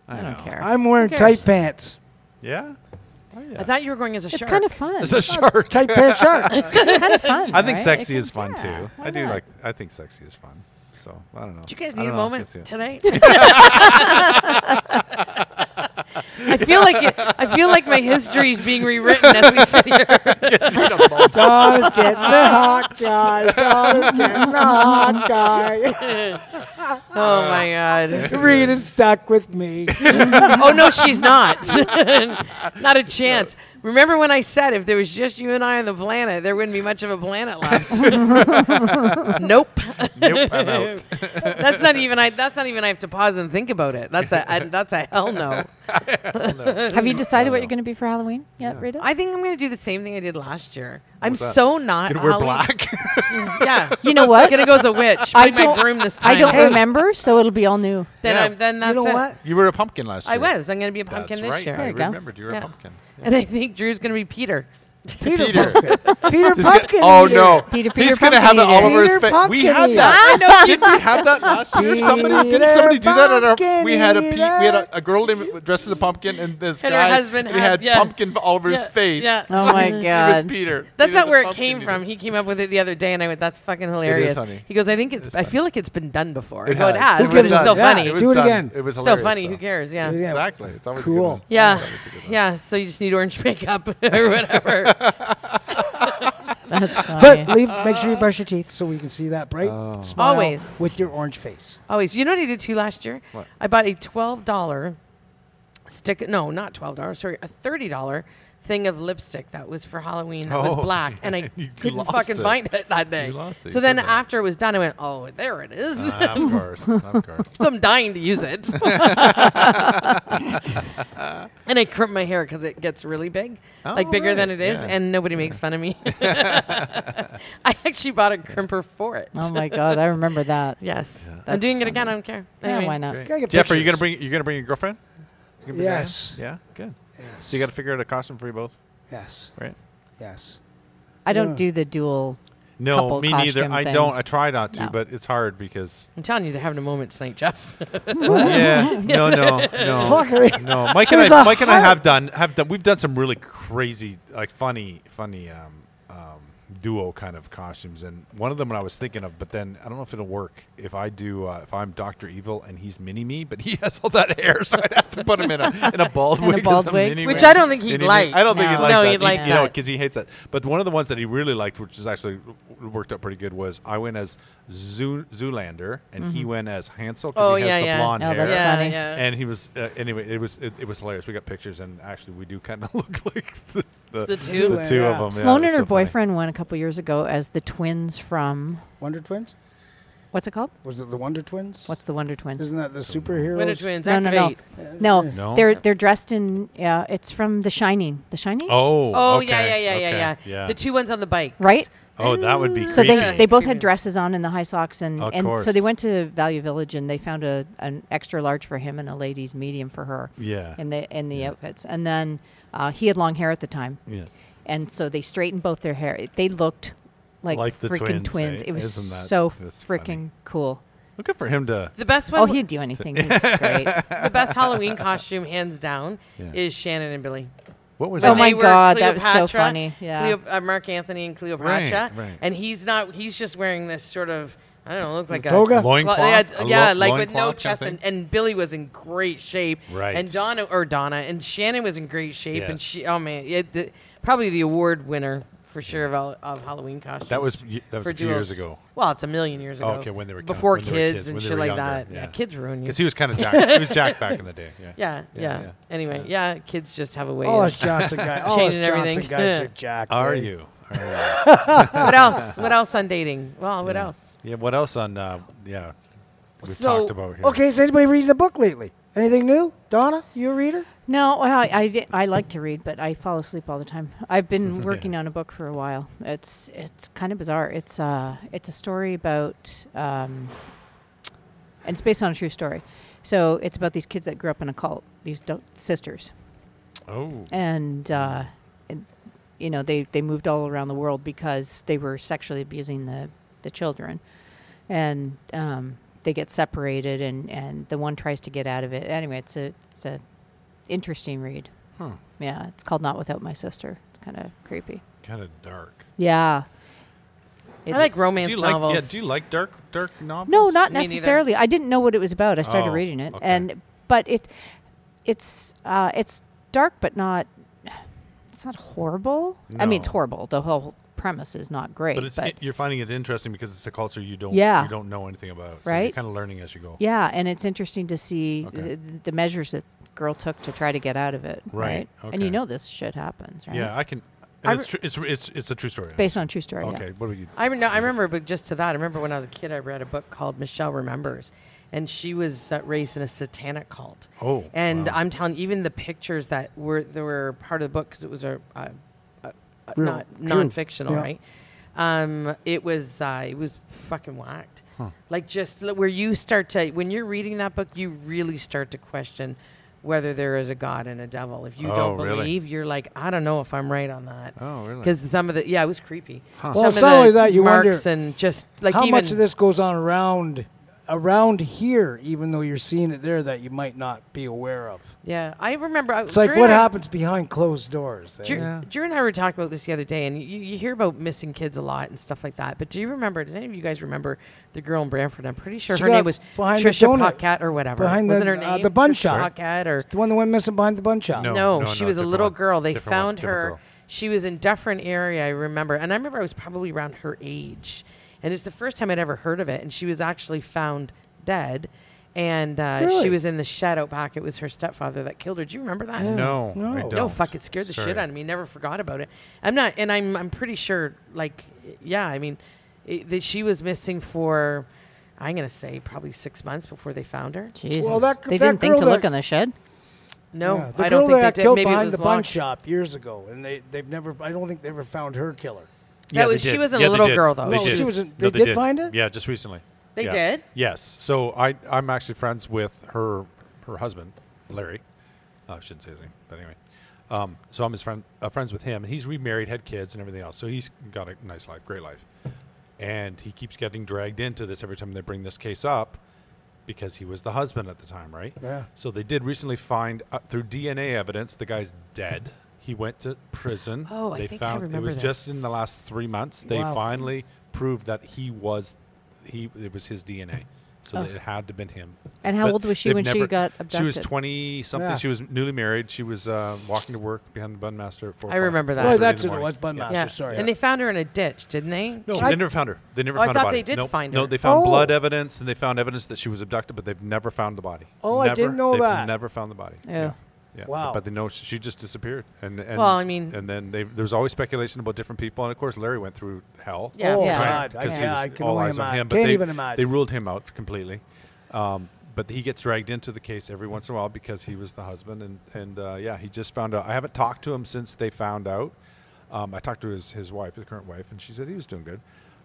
I,
know.
don't care.
I'm wearing
Who
tight
cares?
pants.
Yeah. yeah.
I thought you were going as a
It's
shark.
kind of fun.
It's a shark.
Type pair shark.
it's kind of fun.
I think
right?
sexy
It
is
can-
fun
yeah,
too.
why
I do
not?
like. I think sexy is fun. So I don't know.
Do you guys
I
need a
don't know.
moment
It's- yeah.
tonight? I feel like it, I feel like my history is being rewritten as we sit here.
Donna's getting the hot guy. Donna's getting the hot guy.
Oh my god!
Rita's stuck with me.
Oh no, she's not. not a chance. Remember when I said if there was just you and I on the planet, there wouldn't be much of a planet left. nope.
Nope, I'm out.
that's not even. I. That's not even. I have to pause and think about it. That's a. I, that's a hell no.
Have you decided what you're going to be for Halloween yet, Rita?
I think I'm going to do the same thing I did last year. I'm
What's that?
so not.
Gonna wear
Halloween-
black.
Yeah.
You know
I'm
what?
gonna go as a witch.
I
Bring my
don't-
broom this time.
I don't remember, so it'll be all new.
Then
Yeah.
I'm. Then that's
you know
it.
what?
you were a pumpkin last year.
I was. I'm going to be a pumpkin
That's
this
right.
year.
I
you go.
remembered you were
Yeah.
a pumpkin.
And I think Drew's going to be Peter.
Peter,
Peter.
Pumpkin. Peter
Just get-
Pumpkin.
oh
Eater.
no!
Peter- Peter
He's gonna have it
Pumpkin
all
Eater.
over his
Peter
face. We
Pumpkin
had
Eater.
that.
I know.
Didn't we have that last year? Somebody didn't
Peter
somebody do that at our?
Pumpkin
We had a pe- we had
Eater.
a, a girl named dressed as a pumpkin and this
And her
guy
husband
and he
had-
had,
yeah.
pumpkin all over his
Yeah,
face.
yeah.
Oh my
It was
god!
Peter.
That's
Peter
not
the
where it
Pumpkin
came
Eater.
from. He came up with it the other day, and I went, "That's fucking hilarious."
funny.
He goes, "I think it's. I
funny.
feel like it's been done before." I
It
go, "It has,
has.
Who
but it's
gives a
still
fuck?
funny.
Yeah,
It's
was Do it
done.
again.
It was
still
hilarious.
funny.
though.
Who cares? Yeah."
Yeah.
Exactly. It's always
Cool.
A good one.
Yeah.
It's a good one.
Yeah, so you just need orange makeup or whatever.
That's funny.
But leave, make sure you brush your teeth so we can see that bright
Oh.
smile
Always.
with your orange face.
Always. You know what I did too last year?
What?
I bought a twelve dollar stick. No, not twelve dollars. Sorry, a thirty dollar thing of lipstick that was for Halloween. That
Oh,
was black, and I
you
couldn't
lost
fucking
it.
find it that day.
You lost it.
So
You
then
said that.
after it was done, I went, "Oh, there it is."
Ah, of course. Of course.
so I'm dying to use it. and I crimp my hair because it gets really big, like
Oh,
bigger than it
right,
is,
yeah.
and nobody makes fun of me. I actually bought a crimper for it.
oh my god! I remember that.
Yes, I'm
That's
doing it again. I don't care.
Yeah,
Anyway.
why not?
Gotta get
Jeff, are you gonna
pictures.
bring you gonna bring your girlfriend? You gonna bring your
Yes.
aunt? Yeah. Good. So you got to figure out a costume for you both,
Yes.
right?
Yes.
I don't
Yeah.
do the dual.
No,
Couple
me neither.
costume
I
thing.
don't. I try not to,
No.
but it's hard because
I'm telling you, they're having a moment tonight, Jeff.
yeah, no, no, no,
Fuckery.
no. Mike and
There's
I,
a
Mike and I
heart.
have done have done. We've done some really crazy, like funny, funny um, um, duo kind of costumes, and one of them I was thinking of, but then I don't know if it'll work if I do uh, if I'm Doctor Evil and he's Mini Me, but he has all that hair, so I'd have to put him in a in a bald
In a
wig, as
bald wig?
mini
Which
man.
I don't think he'd
Mini me.
like.
I don't think
No.
he'd like
No,
that.
he'd
He'd-
like
you know
that.
because he hates that. But one of the ones that he really liked, which is actually w- worked out pretty good, was I went as Zoo, Zoolander and he went as Hansel because
Mm-hmm. Oh,
he has
yeah,
the
yeah.
blonde
Oh,
hair.
that's
yeah,
funny.
yeah.
And he was uh, anyway. It was it, it was hilarious. We got pictures, and actually, we do kind of look like the the,
The two.
the two
Yeah.
of them.
Sloan
yeah,
and
it was
her
so funny.
boyfriend went a couple years ago as the twins from
Wonder Twins?
what's it called?
Was it the Wonder Twins?
What's the Wonder Twins?
Isn't that the superheroes?
Winter twins.
No, no, no,
activate.
no.
No?
They're they're dressed in. Yeah, it's from The Shining. The Shining.
Oh,
Oh
okay,
yeah, yeah, yeah, yeah,
okay,
yeah, The two ones on the bike.
Right?
Oh, that would be
So they,
creepy.
they both
Creepy.
had dresses on and the high socks and,
Of
and so
course.
they went to Value Village and they found a an extra large for him and a ladies medium for her
yeah,
in the in the outfits and then uh, he had long hair at the time
yeah.
and so they straightened both their hair It- they looked like,
Like the twins,
freaking twins,
eh?
it was
Isn't that-
so
that's
freaking
funny.
cool
Well, good for him to.
The best one.
oh he'd do anything He's great
the best Halloween costume, hands down,
Yeah.
is Shannon and Billy.
What was
Oh
when
that?
my
they were
God, that was so
Cleopatra,
funny. Yeah.
Cleop- uh, Mark Anthony and Cleopatra,
Right, right.
and he's not. He's just wearing this sort of. I don't know, look like a
Toga?
Loincloth?
yeah,
A lo-
yeah, like with no
loincloth kind of
chest,
thing?
and, and Billy was in great shape,
Right.
And Donna or Donna and Shannon was in great shape, and
Yes.
she, oh man, it, the, probably the award winner for sure of, all- of Halloween costumes.
That was y- that was
for
a few years
duels.
ago.
Well, it's a million years ago.
Oh, okay, when they were count-
before
when they were
kids,
kids,
and
when they
shit
were
like
younger,
that.
yeah.
Yeah, kids ruin you.
Because he was kind of Jack. he was Jack back in the day. Yeah.
Yeah, yeah,
yeah.
Anyway, yeah. kids just have a way.
All
of-
us Johnson guys. All us
Changing
Johnson
everything.
guys are jacked.
Are
eh?
you? Are you?
what else? What else on dating? Well, what else?
yeah. What else on? Uh, yeah. We've
So-
talked about here.
Okay, is anybody reading a book lately? Anything new? Donna, you a reader?
no well, I, I, di- I like to read but I fall asleep all the time I've been working on a book for a while it's it's kind of bizarre it's uh it's a story about um, and it's based on a true story so it's about these kids that grew up in a cult these do- sisters
Oh.
and uh, and, you know they they moved all around the world because they were sexually abusing the the children, and um, they get separated, and and the one tries to get out of it. Anyway, it's a it's a interesting read. Yeah, it's called Not Without My Sister. It's kind of creepy.
Kind of dark.
Yeah.
I like
It's-
romance
do you
novels.
like? Yeah. Do you like dark dark novels?
No, not
Me neither.
necessarily. I didn't know what it was about. I started
Oh,
reading it,
okay.
and but it, it's uh, it's dark, but not. It's not horrible. I mean, it's
No.
horrible. The whole premise is not great.
But it's you're finding it interesting because it's a culture you don't
Yeah.
you don't know anything about. So You're
Right?
kind of learning as you go.
yeah, and it's interesting to see
Okay.
th- th- the measures that girl took to try to get out of it.
Right,
Right. And you
okay.
know this shit happens, right?
Yeah, I can.
I
And it's, tru- it's it's it's a true story.
Based on a true story. yeah.
okay. What are you?
I rem- no, I remember, but just to that, I remember when I was a kid, I read a book called Michelle Remembers, and she was uh, raised in a satanic cult.
Oh,
and
wow.
I'm telling, even the pictures that were that were part of the book because it was a, a, a, a
Real,
not
true,
non-fictional,
yeah.
right? Um, it was uh, it was fucking whacked. Like just li- where you start to when you're reading that book, you really start to question whether there is a god and a devil. If you
Oh,
don't
really?
believe, you're like, I don't know if I'm right on that.
Oh, really?
Because some of the yeah, it was creepy.
Well,
some
it's not
of
only
the
that, you
marks
wonder
and just like
How
even
much of this goes on around around here, even though you're seeing it there that you might not be aware of?
yeah, I remember. I,
It's like
Drew
what
and I-
happens behind closed doors. eh?
Drew, Drew and I were talking about this the other day, and you, you hear about missing kids a lot and stuff like that. But do you remember? Does any of you guys remember the girl in Brantford? I'm pretty sure
She
her name
got
was
behind the
Trisha
donut-
Paquette or whatever.
behind the-
Wasn't her name
uh, the bun
Trisha
shop.
Paquette or
The one that went missing behind the bun shop.
No.
no, she
no,
was a
different
little
one.
girl. They
Different one,
found
different
her.
girl.
She was in Dufferin area, I remember. And I remember I was probably around her age. And it's the first time I'd ever heard of it. And she was actually found dead. And uh,
Really?
she was in the shed out back. It was her stepfather that killed her. Do you remember that?
No, I
No. No,
don't.
No, fuck, it scared the
Sorry.
shit out of me. Never forgot about it. I'm not, and I'm, I'm pretty sure, like, yeah, I mean, it, that she was missing for, I'm going to say, probably six months before they found her.
Jesus.
Well, that-
they
that
didn't think
girl
to
that-
look in the shed.
No,
Yeah, the
I don't
girl
think
that
they did.
killed
Maybe it
behind
was
the bun
locked.
shop years ago, and they they've never. I don't think they ever found her killer.
That was-
they
she
did.
was a
Yeah, they
little
did.
girl, though.
They
No,
did.
she
Oh, was a-
No,
they did find it?
Yeah, just recently.
They
Yeah.
did?
Yes. So I I'm actually friends with her her husband Larry. Uh, I shouldn't say his name, but anyway. Um, so I'm his friend uh, friends with him, and he's remarried, had kids, and everything else. So he's got a nice life, great life, and he keeps getting dragged into this every time they bring this case up because he was the husband at the time, right?
Yeah.
So they did recently find uh, through DNA evidence the guy's dead. He went to prison.
Oh, I
they
think I
found it
remember
was just
this.
in the last three months. They
Wow.
finally proved that he was he. It was his DNA, so
Oh.
that it had to been him.
And how
But
old was she
they've
when she
never-
got
She was
abducted?
twenty something.
Yeah.
She was newly married. She was uh, walking to work behind the bun master. At 4
I
o'clock,
remember that.
Oh,
4:30
that's
in
what
the
it was,
morning.
bun
Yeah.
master. Sorry.
And they found her in a ditch, didn't they?
No,
I-
they never found her. They never
Oh, I
found her
thought
body.
they did
no,
find
no,
her.
they found
Oh.
blood evidence and they found evidence that she was abducted, but they've never found the body.
Oh, I
never,
didn't know
they've
that.
Never found the body.
Yeah.
Yeah.
Wow.
But they know she, she just disappeared. And, and
Well, I mean-
and then they, there's always speculation about different people, and of course Larry went through hell.
Yeah.
Oh,
Yeah.
God. I,
Because
yeah, I
he was
can
all
only
eyes
imagine.
on him. But
Can't
they,
even imagine.
They ruled him out completely. Um, but he gets dragged into the case every once in a while because he was the husband, and and uh, yeah, he just found out. I haven't talked to him since they found out. Um, I talked to his his wife, his current wife, and she said he was doing good.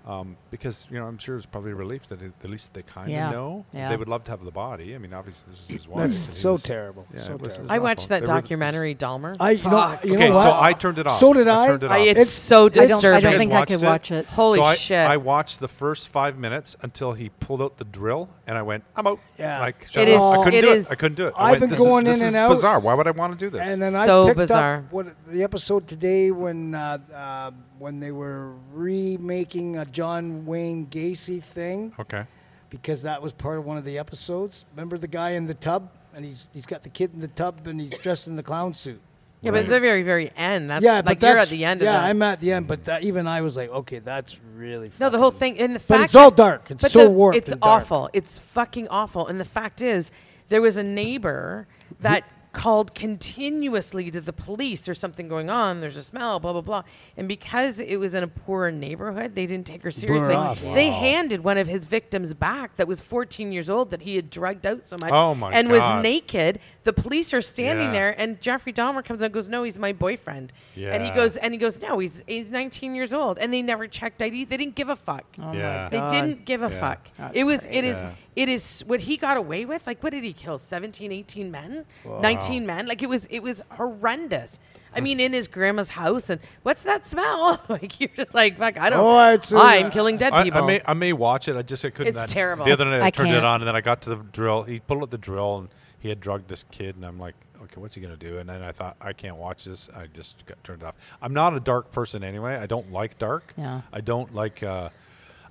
Um, because you know, I'm sure it's probably a relief that it, at least they kind of
Yeah.
know.
Yeah.
They would love to have the body. I mean, obviously this is his wife.
That's
and he
so
was-
terrible.
yeah,
so
it was- it
terrible.
was
I
awful.
watched that
They were the-
documentary, Dahmer.
I you know,
Fuck.
you
okay,
know what?
so I turned it off.
So did I.
turned it
I-
off.
it's,
It's-
so
I don't, I
disturbing.
don't
Guys
think I
watched
could
it?
watch it.
Holy
so I,
shit.
I watched the first five minutes until he pulled out the drill, and I went, "I'm out."
Yeah.
like
It
is-
I couldn't
it
do
is-
it. I couldn't do it. I
I've
went,
been
"This
going
is, this
in
is
and out.
Bizarre. Why would I want to do this?
And then I
So
picked
bizarre.
up what, the episode today when uh, uh, when they were remaking a John Wayne Gacy thing
okay,
because that was part of one of the episodes. Remember the guy in the tub and he's he's got the kid in the tub and he's dressed in the clown suit.
yeah, but
Right.
the very, very end. That's
yeah,
like
but
you're
that's-
at the end
yeah,
of that.
I'm at the end, but that, even I was like, okay, that's really
No, the
fucking-
whole thing and the
But
fact
it's all dark. It's
but
so
the-
warped.
It's
and dark.
awful. It's fucking awful. And the fact is, there was a neighbor that called continuously to the police. There's something going on. There's a smell. Blah blah blah. And because it was in a poor neighborhood, they didn't take her seriously.
off.
They handed one of his victims back that was 14 years old that he had drugged out so much
Oh, my
and
God.
was naked. The police are standing
Yeah.
there, and Jeffrey Dahmer comes out and goes, "No, he's my boyfriend." And he
Yeah.
goes, and he goes, "No, he's he's 19 years old." And they never checked ID. They didn't give a fuck.
yeah,
They didn't give a
Yeah.
fuck. it was it is
Yeah.
it is what he got away with. Like what did he kill? 17, 18 men? 19 men? Like it was it was horrendous. I mean in his grandma's house and what's that smell? like you're just like fuck, I don't
Oh, it's, uh,
I'm killing dead
I,
people.
I may I may watch it. I just I couldn't.
It's
that-
terrible.
The other night I,
I
turned it
can't.
on, and then I got to the drill. He pulled out the drill, and he had drugged this kid, and I'm like, okay, what's he gonna do? And then I thought, I can't watch this. I just got turned off. I'm not a dark person anyway. I don't like dark.
Yeah.
I don't like. Uh,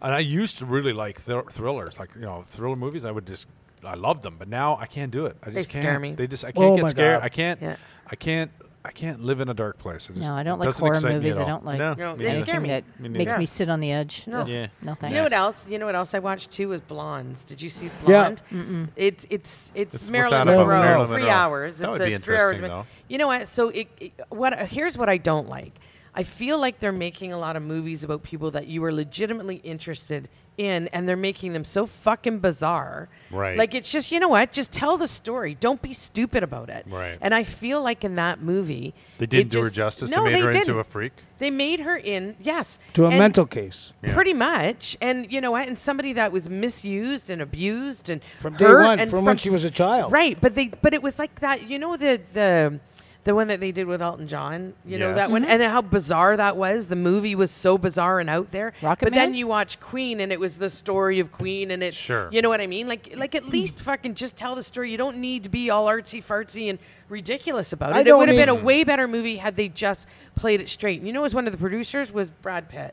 and I used to really like thr- thrillers, like you know, thriller movies. I would just, I loved them, but now I can't do it. I just
scare
can't.
me.
They just, I
Oh
can't get
my
scared.
God.
I can't.
Yeah.
I can't. I can't live in a dark place. It just-
No, I
it
don't like
doesn't
horror
excite me
movies.
at
I
all.
don't like
No,
No,
me
they
neither.
scare
anything
me.
that
Me
makes
neither.
me sit on the edge.
No.
Yeah.
No, thanks.
You know what else? You know what else I watched too was Blondes. Did you see
Yeah.
Blonde? It's it's it's,
It's- what's
Marilyn
that
about?
Monroe.
Marilyn
three
Monroe.
hours.
That
it's
would
a
be
three-hour
interesting,
document-
though.
You know what? So it, it- what here's what I don't like. I feel like they're making a lot of movies about people that you are legitimately interested in, and they're making them so fucking bizarre.
Right.
Like it's just you know what? Just tell the story. Don't be stupid about it.
Right.
And I feel like in that movie,
They
it
didn't do her
just-
justice.
No,
they made
they
her
didn't.
into a freak.
They made her in yes
to a
And-
mental case.
Yeah.
Pretty much, and you know what? And somebody that was misused and abused and
From day
hurt
one,
and
from when she was a child.
right? But they, but it was like that. You know the the the one that they did with Elton John. You know
Yes.
that one, and then how bizarre that was. The movie was so bizarre and out there.
Rocket
but then
Man?
you watch Queen, and it was the story of Queen, and it.
Sure.
You know what I mean? Like, like at least fucking just tell the story. You don't need to be all artsy fartsy and ridiculous about
I
it. It
don't
would have been a
even-
way better movie had they just played it straight. And you know, as one of the producers was Brad Pitt.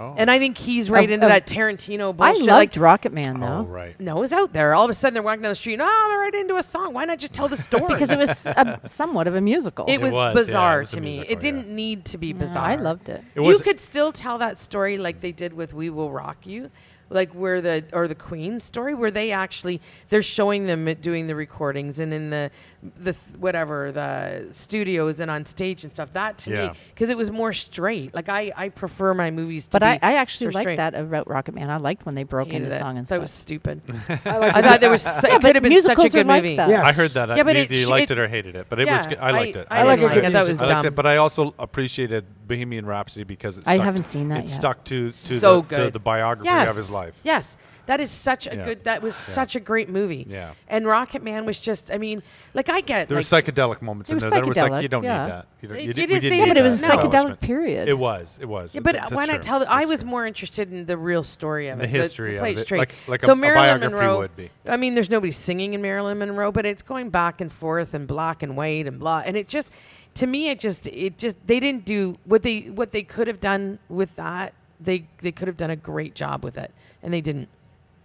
And I think he's right
Oh. Of-
into
of-
that Tarantino
I
bullshit.
loved
like,
Rocket Man though.
Oh, right.
no, it's out there. All of a sudden, they're walking down the street. and, Oh, I'm right into a song. Why not just tell the story?
Because it was a, somewhat of a musical.
it was,
was, yeah, it
bizarre
was a
to me.
musical,
It didn't need to be
No,
bizarre.
I loved it.
It was-
you could still tell that story like they did with "We Will Rock You," like where the or the Queen story, where they actually they're showing them it doing the recordings and in the the th- whatever the studios and on stage and stuff. That to
Yeah.
me, because it was more straight. Like I, I prefer my movies. to
But
be
I, I actually
sort of
liked
straight.
that about Rocket Man. I liked when they broke
Hated
into
it.
song and
That
stuff.
was stupid. I thought there was so, it
but
could have been such a
musicals are
good
like
movie.
that.
Yes.
I heard that.
Yeah, but
you,
it
you
sh-
liked
it-
it, or hated it, but it was.
Yeah,
good. I liked it.
I,
like
like it.
it.
I thought it was
I liked
dumb.
it, but I also appreciated Bohemian Rhapsody because it
I
stuck
haven't seen that
It
yet.
stuck to to,
so
the,
good.
to the biography
yes.
of his life.
Yes. That is such a
Yeah.
good that was such a great movie.
Yeah.
And Rocket Man was just I mean, like I get
There
like,
were psychedelic moments
It
in
was
there. There was like you
psychedelic,
don't
yeah.
need that. You don't,
It-
you
you
did,
didn't
we didn't
think-
need
yeah, but it was a
that
No.
psychedelic
establishment.
period.
It was. It was.
Yeah,
Th-
but
that's
when I
true.
tell, I was more interested in the real story of
The
it,
history of
plate
it,
straight.
like- like a-
so
a
Marilyn
biography
Monroe
would be.
I mean, there's nobody singing in Marilyn Monroe, but it's going back and forth and black and white and blah. And it just, to me, it just, it just, they didn't do what they what they could have done with that. They they could have done a great job with it, and they didn't.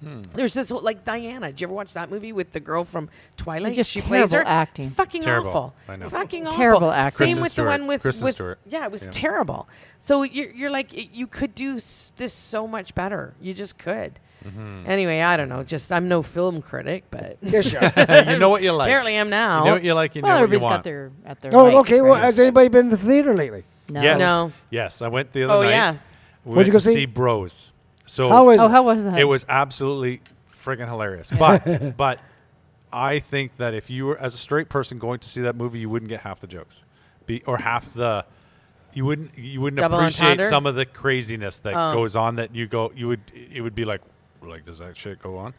Hmm.
There's this whole- like Diana. Did you ever watch that movie with the girl from Twilight?
just
she
terrible
plays her
acting.
It's fucking
Terrible.
awful.
I know.
Fucking awful.
Terrible acting.
Same
Kristen
with
Stewart.
the one with
Kristen
with
Stewart.
yeah, it was
Yeah.
terrible. So you're you're like it, you could do s- this so much better. You just could.
Mm-hmm.
Anyway, I don't know. Just I'm no film critic, but
Yes, sure.
you know what you like.
apparently I'm
You
now.
know what you like. You
Well,
know what you
everybody's
want.
got their at their.
oh,
rights,
okay. Well,
right?
has anybody been to the theater lately?
no.
Yes.
No.
Yes, I went the other
Oh,
night.
yeah.
We
What'd
went
you
to
go see?
see Bros. So
How was
Oh, how was that?
it was absolutely friggin' hilarious. But but I think that if you were as a straight person going to see that movie, you wouldn't get half the jokes, be or half the you wouldn't you wouldn't
Double
appreciate
entendre?
some of the craziness that
Oh.
goes on. That you go you would it would be like like does that shit go on?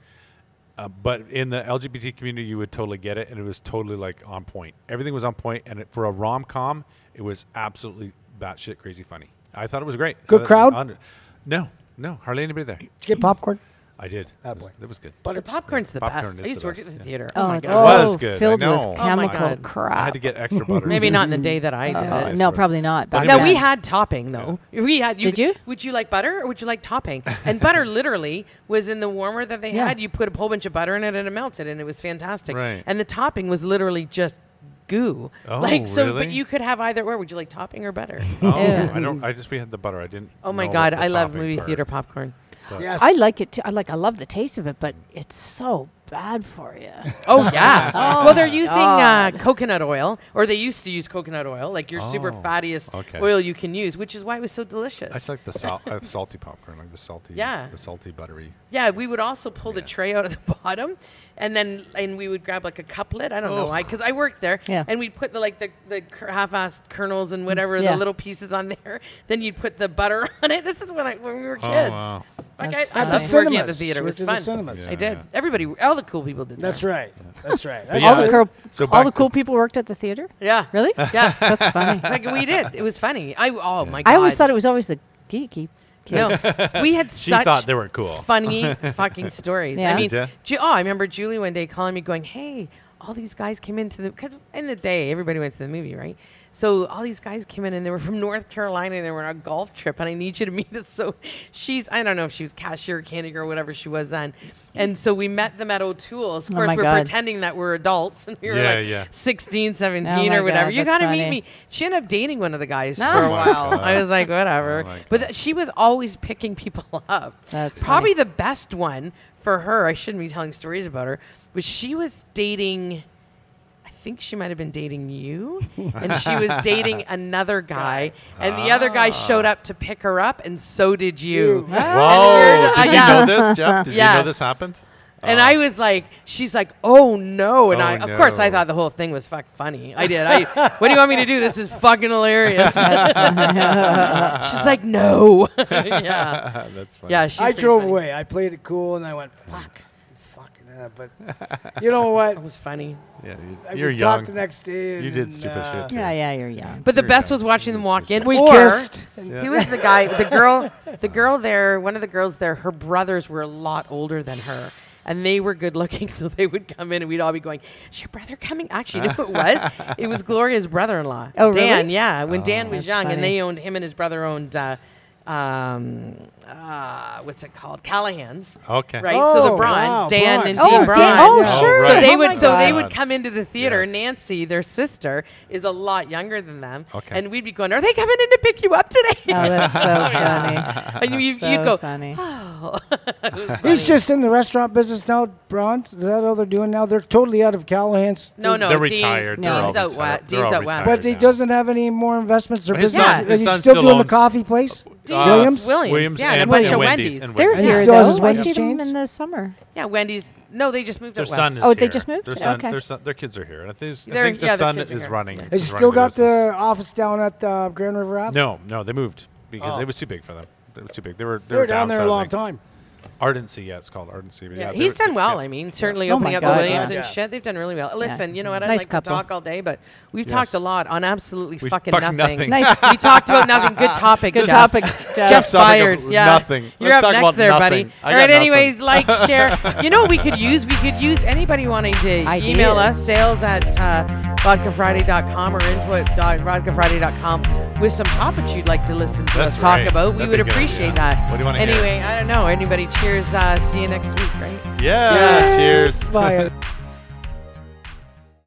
Uh, but in the LGBT community, you would totally get it, and it was totally like on point. Everything was on point, and it, for a rom com, it was absolutely batshit crazy funny. I thought it was great. I
Good
thought it was
crowd?
under- no, no, hardly anybody there.
Did you get popcorn?
I did.
Oh,
That
boy.
was, that was good.
The popcorn's the
Popcorn
best.
is
I used
the
to work
best,
at the
yeah.
theater.
Oh,
my
it's
god.
It
so
was good, I
filled
know. Oh
with
my
chemical
God.
crap.
I had to get extra butter.
Maybe not in the day that I did
Uh,
it.
no, probably not.
But
Back
No,
Yeah.
Uh, we
then.
had topping though. We had.
Did you?
Would you like butter or would you like topping? And butter literally was in the warmer that they
Yeah.
had. You put a whole bunch of butter in it and it melted, and it was fantastic.
Right.
And the topping was literally just goo.
Oh,
like so,
really?
but you could have either or. Would you like topping or butter?
Oh,
Yeah.
I don't. I just we had the butter. I didn't.
Oh my
know
god,
what the
I love
topping
movie
part-
theater popcorn.
Yes.
I like it too. I like. I love the taste of it, but it's so bad for you.
Oh yeah. well, they're using uh,
God.
coconut oil, or they used to use coconut oil, like your super
Oh,
fattiest
okay.
oil you can use, which is why it was so
I just
delicious.
like the sal- uh, salty popcorn, like the salty.
Yeah.
The salty buttery.
Yeah, we would also pull the tray out of the bottom, and then and we would grab like a couplet. I don't know why, because I worked there.
Yeah.
And we'd put the like the the cur- half-assed kernels and whatever
Yeah.
the little pieces on there. Then you'd put the butter on it. This is when I when we were kids.
Oh, wow.
Like,
That's
I, I
funny.
loved
The
working at the
cinemas.
theater. It
She
was
went to the
fun.
cinemas.
I did.
Yeah.
Everybody, all the cool people did.
That's
that.
right. That's right. That's
yeah,
all the
that's-
girl,
so
all
back-
the cool people worked at the theater.
Yeah.
Really?
Yeah.
That's funny.
like we did. It was funny. I oh my god.
I always thought it was always the geeky kids.
No, we had
She
such
thought they were cool.
funny fucking stories.
Yeah.
I mean,
Did ya?
Ju- oh, I remember Julie one day calling me, going, "Hey, all these guys came into the because in the day everybody went to the movie, right? So all these guys came in and they were from North Carolina and they were on a golf trip and I need you to meet us. So she's I don't know if she was cashier, candy girl, whatever she was then. And so we met them at O'Toole's. Of
Oh
course,
my
we're
God.
pretending that we're adults and we were
Yeah,
like
yeah.
16, 17
Oh my
or whatever.
God,
you
that's
gotta meet
funny.
me. She ended up dating one of the guys
No.
for a
Oh my
while.
God.
I was like, whatever.
Oh my
but
God.
th- she was always picking people up.
That's
probably
funny.
the best one for her. I shouldn't be telling stories about her, but she was dating. I think she might have been dating you, and she was dating another guy, and the other guy showed up to pick her up, and so did you.
Whoa!
I
Did you
know.
know this, Jeff? Did you know this
Yes.
happened?
And I was like, she's like, oh no. And
Oh,
I, of course, I
no.
thought the whole thing was fuck funny. I did. I, what do you want me to do? This is fucking hilarious. she's like, no. yeah.
That's funny.
Yeah. She's
I
pretty
drove
funny.
away. I played it cool, and I went fuck, fuck. nah, But you know what?
It was funny.
Yeah, you-
I-
you're
we
young.
talked the next day.
You
and, uh,
did stupid shit, too.
yeah, yeah, you're young.
But the
Sure,
best
yeah.
was watching them walk in.
We
or
kissed.
He was the guy, the girl, the girl there. One of the girls there. Her brothers were a lot older than her, and they were good looking. So they would come in, and we'd all be going, "Is your brother coming?" Actually, you know who it was? It was Gloria's brother-in-law,
Oh, really?
Dan. Yeah, when Dan was
That's
young,
funny.
and they owned him and his brother owned. Uh, um, uh, what's it called? Callahan's.
Okay.
Right. so the
Oh,
Brons,
wow,
Dan
Brons.
and
Oh,
Dean
Dan-
Bron.
oh,
Oh,
sure.
right.
So they
Oh
would
my
so they
God.
would come into the theater.
Yes.
Nancy, their sister, is a lot younger than them.
Okay.
And we'd be going, Are they coming in to pick you up today?
Oh, that's so funny.
and you,
so
you'd go, uh,
funny.
Oh.
He's just in the restaurant business now, Bronze. Is that all they're doing now? They're totally out of Callahan's.
No, no.
They're
Dean,
retired.
They're all
Dean's out,
retired.
wa-
They're
Dean's
all
out west.
retired.
But he
now.
doesn't have any more investments or
His
business.
son-
Is
his
he
son
still,
still
doing the
owns-
coffee place?
Dean's
Williams?
Williams.
Williams
Yeah,
and
a bunch of
Wendy's.
Wendy's.
And
They're
Wendy's.
here
He still has
though.
his
I
Wendy's
see them
chains?
in the summer.
Yeah, Wendy's. No, they just moved
Their
out
son
west.
is
Oh, they
here.
just moved?
Their son,
Okay.
their son, their kids are here, and I think, I
They're-
think the
yeah, their
son
kids are
is
here.
running.
Yeah.
Has
is
he
running
still got
business.
the office down at uh, Grand River Ave?
No, no, they moved because
Oh.
it was too big for them. It was too big. They were they
They were down there a long
downsizing.
time.
Ardency, yeah, it's called Ardency. But yeah, they
he's
were-
done well.
yeah.
I mean, certainly
Oh
opening
my
up
God,
the Williams
yeah.
and shit, they've done really well. Listen, you know what? I
Nice
like
couple.
to talk all day, but we've
Yes.
talked a lot on absolutely
We
fucking,
fucking nothing.
Nice.
we talked about nothing. Good topic.
Good
Jeff.
topic. Jeff.
Jeff's
Stop it,
fired.
go-
Yeah.
nothing.
You're
Let's
up
talk
next
about
there,
nothing.
buddy.
I
All
got
right.
nothing.
Anyways, like, share. You know what we could use? We could use anybody wanting to email
Ideas.
us sales at uh, vodkafriday.com or info at dot- vodkafriday.com with some topics you'd like to listen to
That's
us talk
right.
about. We
That'd
would
be a good
appreciate
idea.
that.
What do you wanna hear?
Anyway, I don't know. Anybody cheers. Uh, see you next week, right?
Yeah. Cheers.
Bye.